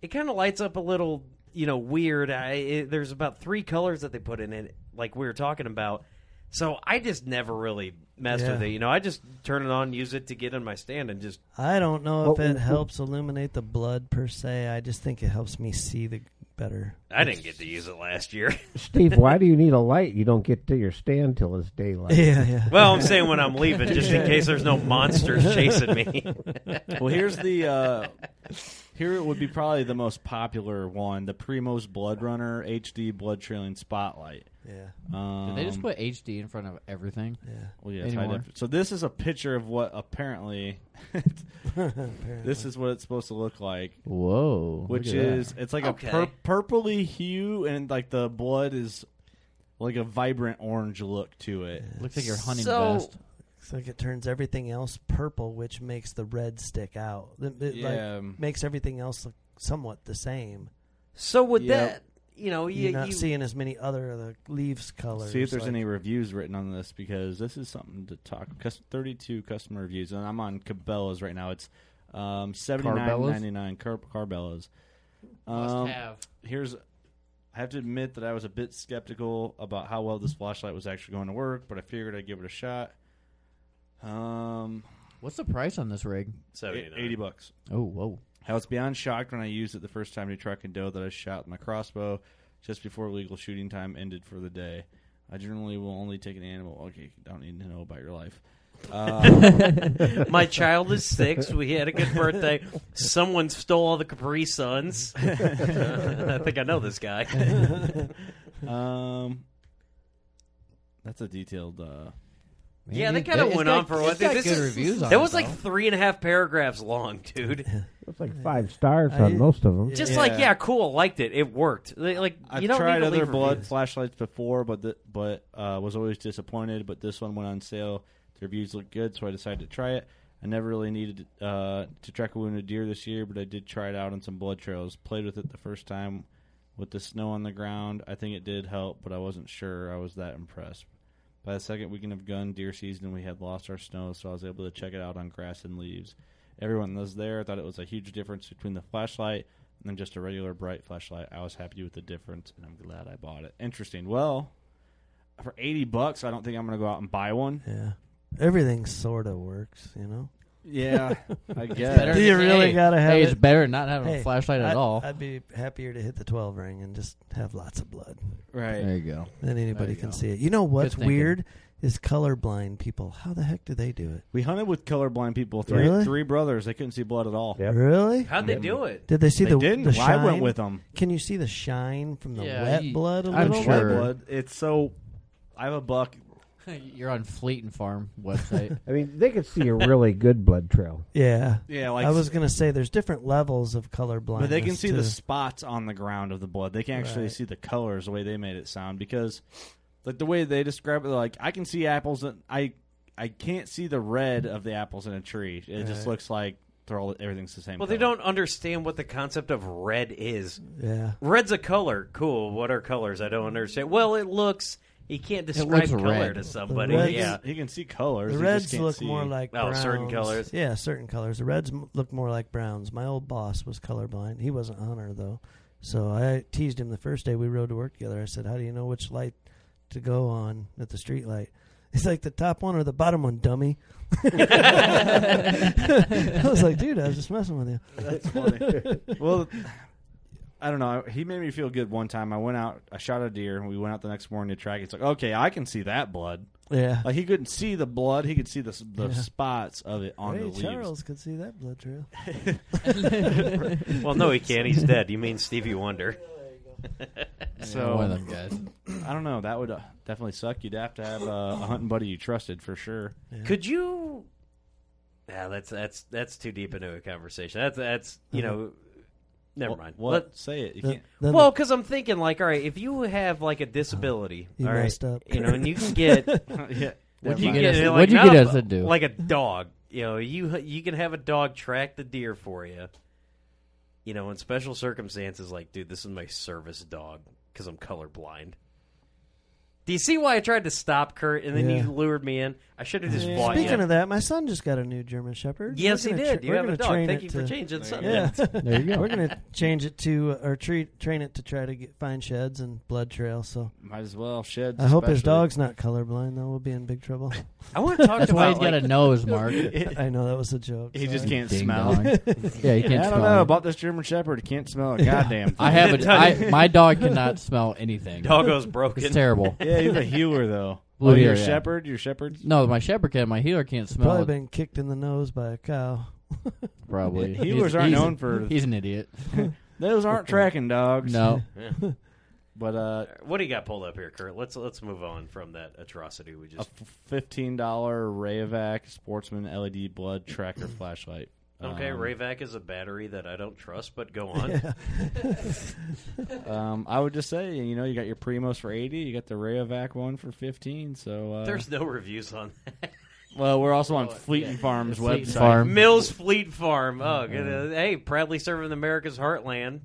Speaker 4: it kind of lights up a little you know weird. I, it, there's about three colors that they put in it, like we were talking about. So I just never really messed with
Speaker 7: Yeah.
Speaker 4: it. You know, I just turn it on, use it to get in my stand, and just
Speaker 7: I don't know if
Speaker 8: Well,
Speaker 7: it
Speaker 8: w-
Speaker 7: helps illuminate the blood per se. I just think it helps me see the better.
Speaker 4: I didn't get to use it last year. (laughs)
Speaker 8: Steve, why do you need a light? You don't get to your stand till it's daylight.
Speaker 7: Yeah, (laughs) yeah.
Speaker 4: well, I'm saying when I'm leaving, just in case there's no monsters chasing me.
Speaker 1: Well, here's the. Uh, here would be probably the most popular one, the Primo's Blood Runner HD Blood Trailing Spotlight.
Speaker 7: yeah,
Speaker 1: Um,
Speaker 6: Did they just put HD in front of everything?
Speaker 7: yeah.
Speaker 1: Well, yeah, it's high
Speaker 6: anymore?
Speaker 1: def- So this is a picture of what apparently, (laughs) this is what it's supposed to look like,
Speaker 6: Whoa!
Speaker 1: which
Speaker 6: look at that.
Speaker 1: is it's like
Speaker 4: Okay.
Speaker 1: a pur- purpley hue and like the blood is like a vibrant orange look to it.
Speaker 6: looks like you're hunting
Speaker 4: So-
Speaker 6: vest.
Speaker 7: It's like it turns everything else purple, which makes the red stick out. It, it,
Speaker 1: Yeah.
Speaker 7: like makes everything else look somewhat the same.
Speaker 4: So with
Speaker 1: Yep.
Speaker 4: that, you know, you,
Speaker 7: You're not
Speaker 4: you-
Speaker 7: seeing as many other of the leaves colors.
Speaker 1: See if there's
Speaker 7: like-
Speaker 1: any reviews written on this because this is something to talk. Cus- Thirty-two customer reviews, and I'm on Cabela's right now. It's um, seventy-nine ninety-nine Car- Carbella's. Um, here's I have to admit that I was a bit skeptical about how well this flashlight was actually going to work, but I figured I'd give it a shot. Um,
Speaker 6: What's the price on this rig?
Speaker 1: eight-
Speaker 4: 79.
Speaker 1: eighty bucks.
Speaker 6: Oh, whoa!
Speaker 1: I was beyond shocked when I used it the first time to track and doe that I shot with my crossbow just before legal shooting time ended for the day. I generally will only take an animal. Okay, I don't need to know about your life. Uh,
Speaker 4: My child is six. We had a good birthday. Someone stole all the Capri Suns. I think I know this guy.
Speaker 1: um, that's a detailed uh,
Speaker 6: Man,
Speaker 4: yeah, they
Speaker 6: it-
Speaker 4: kind of
Speaker 6: it's
Speaker 4: went
Speaker 6: got-
Speaker 4: on for a while.
Speaker 6: it's got
Speaker 4: This
Speaker 6: good
Speaker 4: is-
Speaker 6: reviews on
Speaker 4: That
Speaker 6: it,
Speaker 4: was like
Speaker 6: though.
Speaker 4: three and a half paragraphs long, dude.
Speaker 8: It's like five stars on
Speaker 1: I-
Speaker 8: most of them.
Speaker 4: Just like yeah, cool, liked it. It worked. Li- Like
Speaker 1: I've
Speaker 4: you don't
Speaker 1: tried
Speaker 4: need to
Speaker 1: other
Speaker 4: leave
Speaker 1: blood
Speaker 4: reviews.
Speaker 1: flashlights before, but th- but uh, was always disappointed. But this one went on sale. The reviews looked good, so I decided to try it. I never really needed uh, to track a wounded deer this year, but I did try it out on some blood trails. Played with it the first time with the snow on the ground. I think it did help, but I wasn't sure I was that impressed. By the second weekend of gun deer season, we had lost our snow, so I was able to check it out on grass and leaves. Everyone that was there thought it was a huge difference between the flashlight and then just a regular bright flashlight. I was happy with the difference, and I'm glad I bought it. Interesting. Well, for 80 bucks, I don't think I'm going to go out and buy one.
Speaker 7: Yeah. Everything sort of works, you know.
Speaker 1: (laughs) Yeah, I
Speaker 7: It's
Speaker 1: guess.
Speaker 7: better
Speaker 1: Do
Speaker 7: than-
Speaker 1: you really
Speaker 7: hey,
Speaker 1: gotta have
Speaker 7: hey,
Speaker 1: it?
Speaker 7: Hey, I'd- I'd be happier to hit the twelve ring and just have lots of blood.
Speaker 1: Right.
Speaker 6: There you go.
Speaker 7: Then anybody
Speaker 6: There you
Speaker 7: can
Speaker 6: go.
Speaker 7: see it. You know what's
Speaker 6: Good thinking.
Speaker 7: weird is colorblind people. How the heck do they do it?
Speaker 1: We hunted with colorblind people. Three
Speaker 7: Really?
Speaker 1: three brothers. They couldn't see blood at all.
Speaker 7: Really?
Speaker 4: How'd they do it?
Speaker 7: Did they see the
Speaker 1: didn't.
Speaker 7: the
Speaker 1: Well, I went
Speaker 7: shine?
Speaker 1: with them.
Speaker 7: Can you see the shine from the
Speaker 6: Yeah,
Speaker 7: wet
Speaker 6: you-
Speaker 7: blood a
Speaker 6: I'm
Speaker 7: little?
Speaker 6: sure.
Speaker 1: Wet blood. It's so. I have a buck.
Speaker 6: (laughs) You're on Fleet and Farm
Speaker 1: (laughs)
Speaker 6: website.
Speaker 8: I mean, they could see a really good blood trail.
Speaker 7: Yeah.
Speaker 1: Yeah, like-
Speaker 7: I was gonna say there's different levels of colorblind.
Speaker 1: But they can see
Speaker 7: too.
Speaker 1: the spots on the ground of the blood. They can actually see the colors the way they made it sound because, like the way they describe it, like I can see apples and I, I can't see the red of the apples in a tree. It just
Speaker 4: Right.
Speaker 1: looks like they're all everything's the same.
Speaker 4: Well, they don't understand what the concept of red is.
Speaker 7: Yeah.
Speaker 4: red's a color. Cool. What are colors? I don't understand. Well, it looks. You can't
Speaker 1: looks
Speaker 4: describe color
Speaker 1: red.
Speaker 4: to
Speaker 1: The
Speaker 4: somebody.
Speaker 1: reds-
Speaker 4: yeah,
Speaker 1: he can see colors.
Speaker 7: The reds look more like
Speaker 4: oh,
Speaker 7: browns.
Speaker 4: certain colors.
Speaker 7: Yeah, certain colors. The reds m- look more like browns. My old boss was colorblind. He wasn't a hunter though, so I teased him the first day we rode to work together. I said, "How do you know which light to go on at the street light?" (laughs) He's like the top one or the bottom one, dummy. (laughs) I was like, dude, I was just messing with you.
Speaker 1: That's
Speaker 7: (laughs)
Speaker 1: funny. (laughs) well, I don't know. He made me feel good one time. I went out, I shot a deer, and we went out the next morning to track. it. It's like, okay, I can see that blood.
Speaker 7: Yeah.
Speaker 1: like he couldn't see the blood. He could see the s- the
Speaker 7: Yeah.
Speaker 1: spots of it on
Speaker 7: Ray
Speaker 1: the leaves.
Speaker 7: Charles could see that blood trail.
Speaker 4: well,
Speaker 1: (laughs)
Speaker 4: no, he can't. He's dead. You mean Stevie Wonder? (laughs)
Speaker 1: So
Speaker 6: one of them guys.
Speaker 1: I don't know. That would uh, definitely suck. You'd have to have uh, a hunting buddy you trusted for sure.
Speaker 4: Could you? Yeah, that's that's that's too deep into a conversation. That's that's you
Speaker 1: Uh-huh.
Speaker 4: know, never
Speaker 1: Wha-
Speaker 4: mind.
Speaker 1: what?
Speaker 4: Let-
Speaker 1: Say it. You
Speaker 4: Well,
Speaker 1: can't- (laughs)
Speaker 4: Well,
Speaker 1: Then-
Speaker 4: well, because I'm thinking like, all right, if you have like a disability,
Speaker 7: You
Speaker 4: all right,
Speaker 7: messed up.
Speaker 4: you know, and you can get,
Speaker 1: (laughs)
Speaker 7: Yeah,
Speaker 4: what
Speaker 7: never
Speaker 4: you
Speaker 7: mind.
Speaker 4: get,
Speaker 7: What'd
Speaker 4: like,
Speaker 7: you
Speaker 4: not
Speaker 7: get us
Speaker 4: a-
Speaker 7: to do?
Speaker 4: Like a dog, you know, you you can have a dog track the deer for you. You know, in special circumstances, like, dude, this is my service dog because I'm colorblind. Do you see why I tried to stop Kurt and then
Speaker 7: Yeah.
Speaker 4: you lured me in? I should have just bought
Speaker 7: Speaking
Speaker 4: you.
Speaker 7: of that, my son just got a new German Shepherd.
Speaker 4: Yes,
Speaker 7: We're
Speaker 4: he
Speaker 7: gonna
Speaker 4: did. You
Speaker 7: we're
Speaker 4: have a
Speaker 7: gonna
Speaker 4: dog.
Speaker 7: train
Speaker 4: Thank
Speaker 7: it
Speaker 4: you for
Speaker 7: to-
Speaker 4: changing There something.
Speaker 7: (laughs) Yeah.
Speaker 4: you go. (laughs) There you go.
Speaker 7: We're going to change it to, or treat, train it to try to get, find sheds and blood trails. So
Speaker 1: Might as well sheds.
Speaker 7: I hope his
Speaker 1: especially.
Speaker 7: dog's not colorblind, though. We'll be in big trouble.
Speaker 4: I want to talk
Speaker 6: That's why
Speaker 4: about
Speaker 6: he's got
Speaker 4: like- (laughs)
Speaker 6: a nose, Mark.
Speaker 7: I know that was a joke.
Speaker 1: He just
Speaker 7: sorry.
Speaker 1: can't
Speaker 6: Ding
Speaker 1: smell.
Speaker 6: dong. Yeah, he can't
Speaker 1: I
Speaker 6: smell
Speaker 1: don't know
Speaker 6: it.
Speaker 1: about this German Shepherd. He can't smell a goddamn. thing.
Speaker 6: (laughs) I have
Speaker 4: (laughs)
Speaker 6: a I, my dog cannot smell
Speaker 7: (laughs)
Speaker 6: anything.
Speaker 1: Doggo's broken.
Speaker 6: It's
Speaker 4: (laughs)
Speaker 6: terrible.
Speaker 1: (laughs) Yeah, he's a healer, though.
Speaker 6: Blue
Speaker 1: Oh, your
Speaker 6: healer, yeah.
Speaker 1: shepherd? Your shepherd?
Speaker 6: No, my shepherd can. My healer can't smell.
Speaker 7: Probably
Speaker 6: it.
Speaker 7: been kicked in the nose by a cow.
Speaker 6: Probably.
Speaker 1: (laughs) Healers
Speaker 6: He's-
Speaker 1: aren't
Speaker 6: he's-
Speaker 1: known for.
Speaker 6: he's
Speaker 1: (laughs)
Speaker 6: an idiot.
Speaker 1: Those aren't tracking dogs.
Speaker 6: No.
Speaker 1: But uh,
Speaker 4: What do you got pulled up here, Kurt? Let's let's move on from that atrocity we
Speaker 1: a
Speaker 4: just.
Speaker 1: fifteen dollar Rayovac Sportsman LED blood tracker flashlight.
Speaker 4: Okay,
Speaker 1: Um,
Speaker 4: Rayvac is a battery that I don't trust, but go
Speaker 7: (laughs)
Speaker 4: on.
Speaker 1: um, I would just say, you know, you got your Primos for eighty, you got the Rayovac one for fifteen. So uh,
Speaker 4: There's no reviews on that.
Speaker 1: Well, we're also on
Speaker 4: Oh,
Speaker 1: Fleet and Farm's
Speaker 4: Fleet and
Speaker 1: website.
Speaker 4: Farm. Mills Fleet Farm. Oh, good. Uh, hey, proudly serving America's heartland.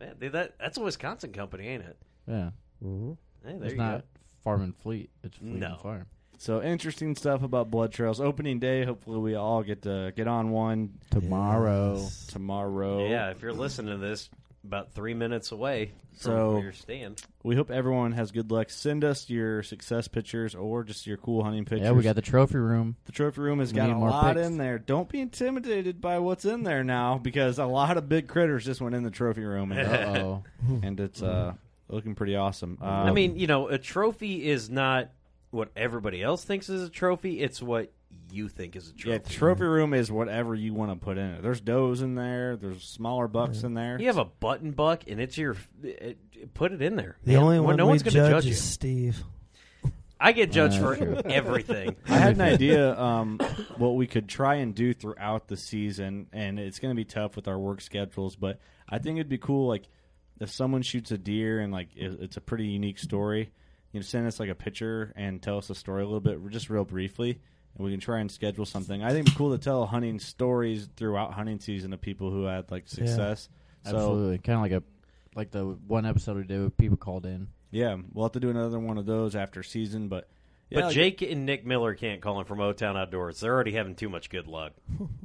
Speaker 4: Man, dude, that that's a Wisconsin company, ain't it?
Speaker 6: Yeah.
Speaker 8: Mhm.
Speaker 4: Hey, there
Speaker 6: It's
Speaker 4: you
Speaker 6: not
Speaker 4: go.
Speaker 6: farm and fleet. It's fleet
Speaker 4: No.
Speaker 6: and farm.
Speaker 1: So interesting stuff about blood trails. Opening day. Hopefully, we all get to get on one
Speaker 6: Tomorrow.
Speaker 1: Tomorrow.
Speaker 4: Yeah, if you're listening to this, about three minutes away from
Speaker 1: So
Speaker 4: where you're staying.
Speaker 1: We hope everyone has good luck. Send us your success pictures or just your cool hunting pictures.
Speaker 6: Yeah, we got the
Speaker 4: (laughs)
Speaker 6: trophy room.
Speaker 1: The trophy room has
Speaker 6: We
Speaker 1: got
Speaker 6: need
Speaker 1: a
Speaker 6: more
Speaker 1: lot
Speaker 6: pics.
Speaker 1: in there. Don't be intimidated by what's in there now because a lot of big critters just went in the trophy room.
Speaker 4: (laughs)
Speaker 1: And, uh, (laughs)
Speaker 4: Uh-oh.
Speaker 1: and it's uh, looking pretty awesome. Um,
Speaker 4: I mean, you know, a trophy is not what everybody else thinks is a trophy. It's what you think is a
Speaker 1: yeah,
Speaker 4: trophy.
Speaker 1: trophy room is whatever you want to put in it. There's does in there. There's smaller bucks in there.
Speaker 4: You have a button buck, and it's your. It, it- put it in there.
Speaker 7: The
Speaker 4: man.
Speaker 7: only
Speaker 4: Well,
Speaker 7: one
Speaker 4: no
Speaker 7: we
Speaker 4: one's going to
Speaker 7: judge
Speaker 4: judge you.
Speaker 7: is Steve.
Speaker 4: I get judged
Speaker 1: Yeah,
Speaker 4: for
Speaker 1: sure.
Speaker 4: everything.
Speaker 1: I had an idea um, what we could try and do throughout the season, and it's going to be tough with our work schedules. But I think it'd be cool, like if someone shoots a deer and like it, it's a pretty unique story, you know, send us like a picture and tell us the story a little bit, just real briefly, and we can try and schedule something. I think it'd be cool to tell hunting stories throughout hunting season of people who had like success. So,
Speaker 6: Absolutely, kind of like a like the one episode we did where people called in.
Speaker 1: Yeah, we'll have to do another one of those after season, but yeah,
Speaker 4: but
Speaker 1: like-
Speaker 4: Jake and Nick Miller can't call in from O Town Outdoors. They're already having too much
Speaker 1: (laughs)
Speaker 4: good luck.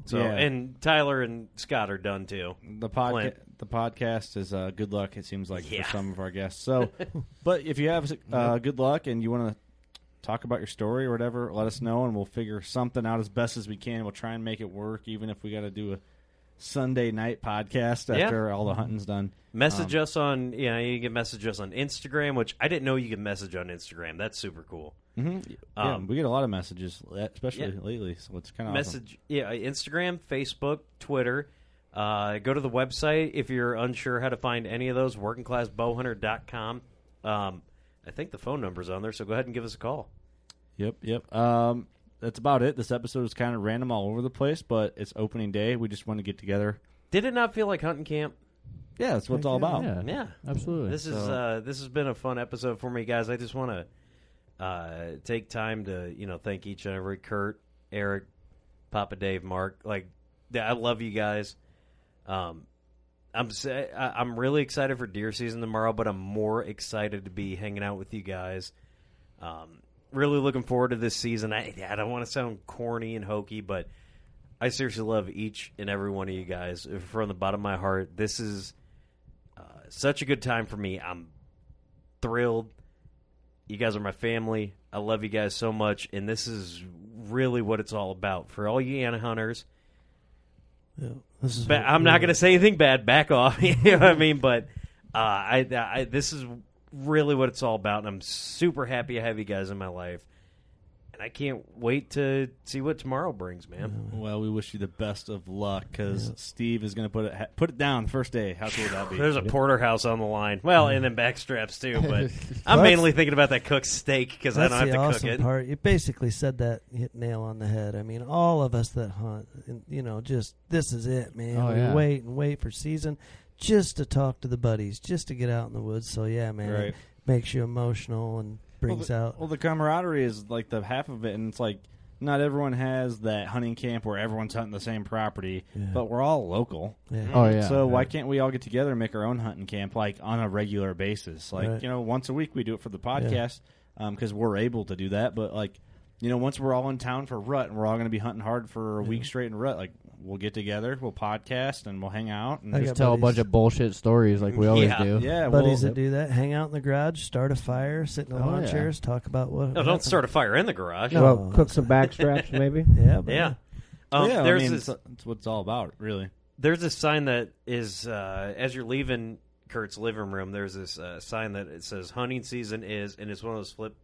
Speaker 4: So
Speaker 1: Yeah.
Speaker 4: and Tyler and Scott are done too.
Speaker 1: the podcast the podcast is uh, good luck. It seems like
Speaker 4: Yeah.
Speaker 1: for some of our guests.
Speaker 4: (laughs)
Speaker 1: So, but if you have uh, good luck and you want to talk about your story or whatever, let us know and we'll figure something out as best as we can. We'll try and make it work, even if we got to do a Sunday night podcast
Speaker 4: Yeah.
Speaker 1: after all the hunting's done.
Speaker 4: Message
Speaker 1: Um,
Speaker 4: us on you know you can message us on Instagram, which I didn't know you could message on Instagram. That's super cool.
Speaker 1: mhm. Yeah,
Speaker 4: Um,
Speaker 1: we get a lot of messages, especially
Speaker 4: yeah.
Speaker 1: lately. So it's kind of
Speaker 4: message yeah Instagram, Facebook, Twitter. Uh, go to the website if you're unsure how to find any of those. Workingclassbowhunter.com. Um, I think the phone number's on there, so go ahead and give us a call.
Speaker 1: Yep, yep. Um, that's about it. This episode is kind of random all over the place, but it's opening day. We just want to get together.
Speaker 4: Did it not feel like hunting camp?
Speaker 1: Yeah, that's what it's all about.
Speaker 6: Yeah.
Speaker 4: Yeah,
Speaker 6: absolutely.
Speaker 4: This is
Speaker 1: So-
Speaker 4: uh, this has been a fun episode for me, guys. I just want to uh, take time to you know thank each and every Kurt, Eric, Papa Dave, Mark. Like, th- I love you guys. Um, I'm s- I- I'm really excited for deer season tomorrow, but I'm more excited to be hanging out with you guys. Um, really looking forward to this season. I I don't want to sound corny and hokey, but I seriously love each and every one of you guys from the bottom of my heart. This is uh, such a good time for me. I'm thrilled. You guys are my family. I love you guys so much, and this is really what it's all about for all you Anna hunters.
Speaker 7: Yeah, this is
Speaker 4: Ba-
Speaker 7: what
Speaker 4: I'm
Speaker 7: we're-
Speaker 4: not going to say anything bad. Back off. (laughs) you know what I mean? But uh, I, I, this is really what it's all about, and I'm super happy I have you guys in my life. And I can't wait to see what tomorrow brings, man.
Speaker 1: Well, we wish you the best of luck because Steve is going to put it ha- put it down first day. How cool would that be?
Speaker 4: There's a porterhouse on the line. Well, and then backstraps too.
Speaker 7: (laughs)
Speaker 4: But I'm
Speaker 7: Well,
Speaker 4: mainly thinking about that cooked steak because I
Speaker 7: That's
Speaker 4: don't have
Speaker 7: the
Speaker 4: to
Speaker 7: awesome
Speaker 4: cook it.
Speaker 7: part. You basically said that hit nail on the head. I mean, all of us that hunt, and, you know, just this is it, man.
Speaker 6: Oh,
Speaker 7: we
Speaker 6: yeah.
Speaker 7: wait and wait for season just to talk to the buddies, just to get out in the woods. So yeah, man,
Speaker 1: Right.
Speaker 7: it makes you emotional and brings
Speaker 1: well, the,
Speaker 7: out.
Speaker 1: Well, the camaraderie is like the half of it, and it's like not everyone has that hunting camp where everyone's hunting the same property,
Speaker 7: Yeah.
Speaker 1: but we're all local.
Speaker 7: Yeah.
Speaker 6: Oh yeah.
Speaker 1: so why can't we all get together and make our own hunting camp like on a regular basis? Like
Speaker 7: Right.
Speaker 1: you know, once a week we do it for the podcast because we're able to do that. But like you know, once we're all in town for rut and we're all going to be hunting hard for a week straight in rut, like we'll get together, we'll podcast, and we'll hang out. And
Speaker 7: I
Speaker 6: just
Speaker 7: got
Speaker 6: tell a
Speaker 7: buddies.
Speaker 6: bunch of bullshit stories like we always
Speaker 4: Yeah.
Speaker 6: do.
Speaker 1: yeah,
Speaker 7: buddies
Speaker 1: we'll,
Speaker 7: that do that hang out in the garage, start a fire, sit in the
Speaker 6: Oh,
Speaker 7: lawn
Speaker 6: yeah.
Speaker 7: chairs, talk about what.
Speaker 4: No, don't start a fire in the garage.
Speaker 7: No.
Speaker 8: Well, cook some
Speaker 7: (laughs)
Speaker 8: back straps, maybe.
Speaker 7: Yeah, but
Speaker 4: Yeah. Um,
Speaker 1: yeah, I
Speaker 4: there's
Speaker 1: mean,
Speaker 4: this
Speaker 1: it's- it's what it's all about, really.
Speaker 4: there's this sign that is uh, as you're leaving Kurt's living room. There's this uh, sign that it says hunting season is, and it's one of those flip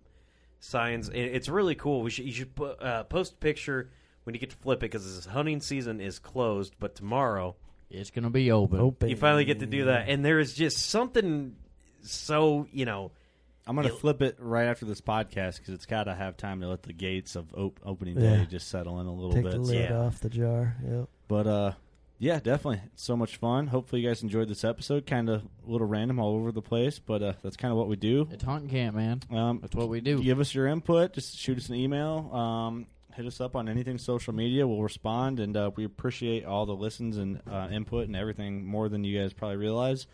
Speaker 4: signs. It- It's really cool. We should you should po- uh, post a picture when you get to flip it because it says hunting season is closed, but tomorrow
Speaker 6: It's gonna be open.
Speaker 1: Oh,
Speaker 7: open.
Speaker 4: you finally get to do that. And there is just something so you know.
Speaker 1: I'm gonna
Speaker 4: You'll-
Speaker 1: flip it right after this podcast because it's gotta have time to let the gates of op- opening
Speaker 7: Yeah.
Speaker 1: day just settle in a little
Speaker 7: Take
Speaker 1: bit.
Speaker 7: the
Speaker 1: so-
Speaker 7: lid
Speaker 4: yeah.
Speaker 7: off the jar. Yep.
Speaker 1: But uh, yeah, definitely, it's so much fun. Hopefully, you guys enjoyed this episode. Kind of a little random, all over the place, but uh, that's kind of what we do.
Speaker 6: It's hunting camp, man.
Speaker 1: Um,
Speaker 6: That's what we do.
Speaker 1: Give us your input. Just shoot us an email. Um, hit us up on anything social media. We'll respond, and uh, we appreciate all the listens and uh, input and everything more than you guys probably realize.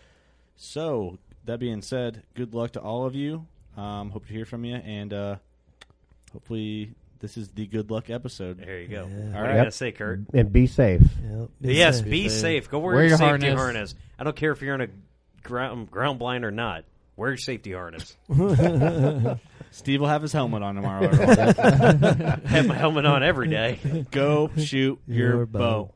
Speaker 1: So that being said, good luck to all of you. Um, hope to hear from you, and uh, hopefully this is the good luck episode.
Speaker 4: There you go.
Speaker 7: Yeah.
Speaker 4: What
Speaker 1: All
Speaker 4: are
Speaker 1: right.
Speaker 4: you gonna say, Kurt?
Speaker 8: And be safe.
Speaker 7: Yep.
Speaker 4: yes,
Speaker 7: safe.
Speaker 4: be safe. Go wear,
Speaker 6: Wear
Speaker 4: your
Speaker 6: your
Speaker 4: safety harness.
Speaker 6: harness.
Speaker 4: I don't care if you're in a ground ground blind or not. Wear your safety harness.
Speaker 1: Steve will have his helmet on tomorrow. everyone.
Speaker 4: Have my helmet on every day.
Speaker 1: go shoot your,
Speaker 7: Your
Speaker 1: bow.
Speaker 7: bow.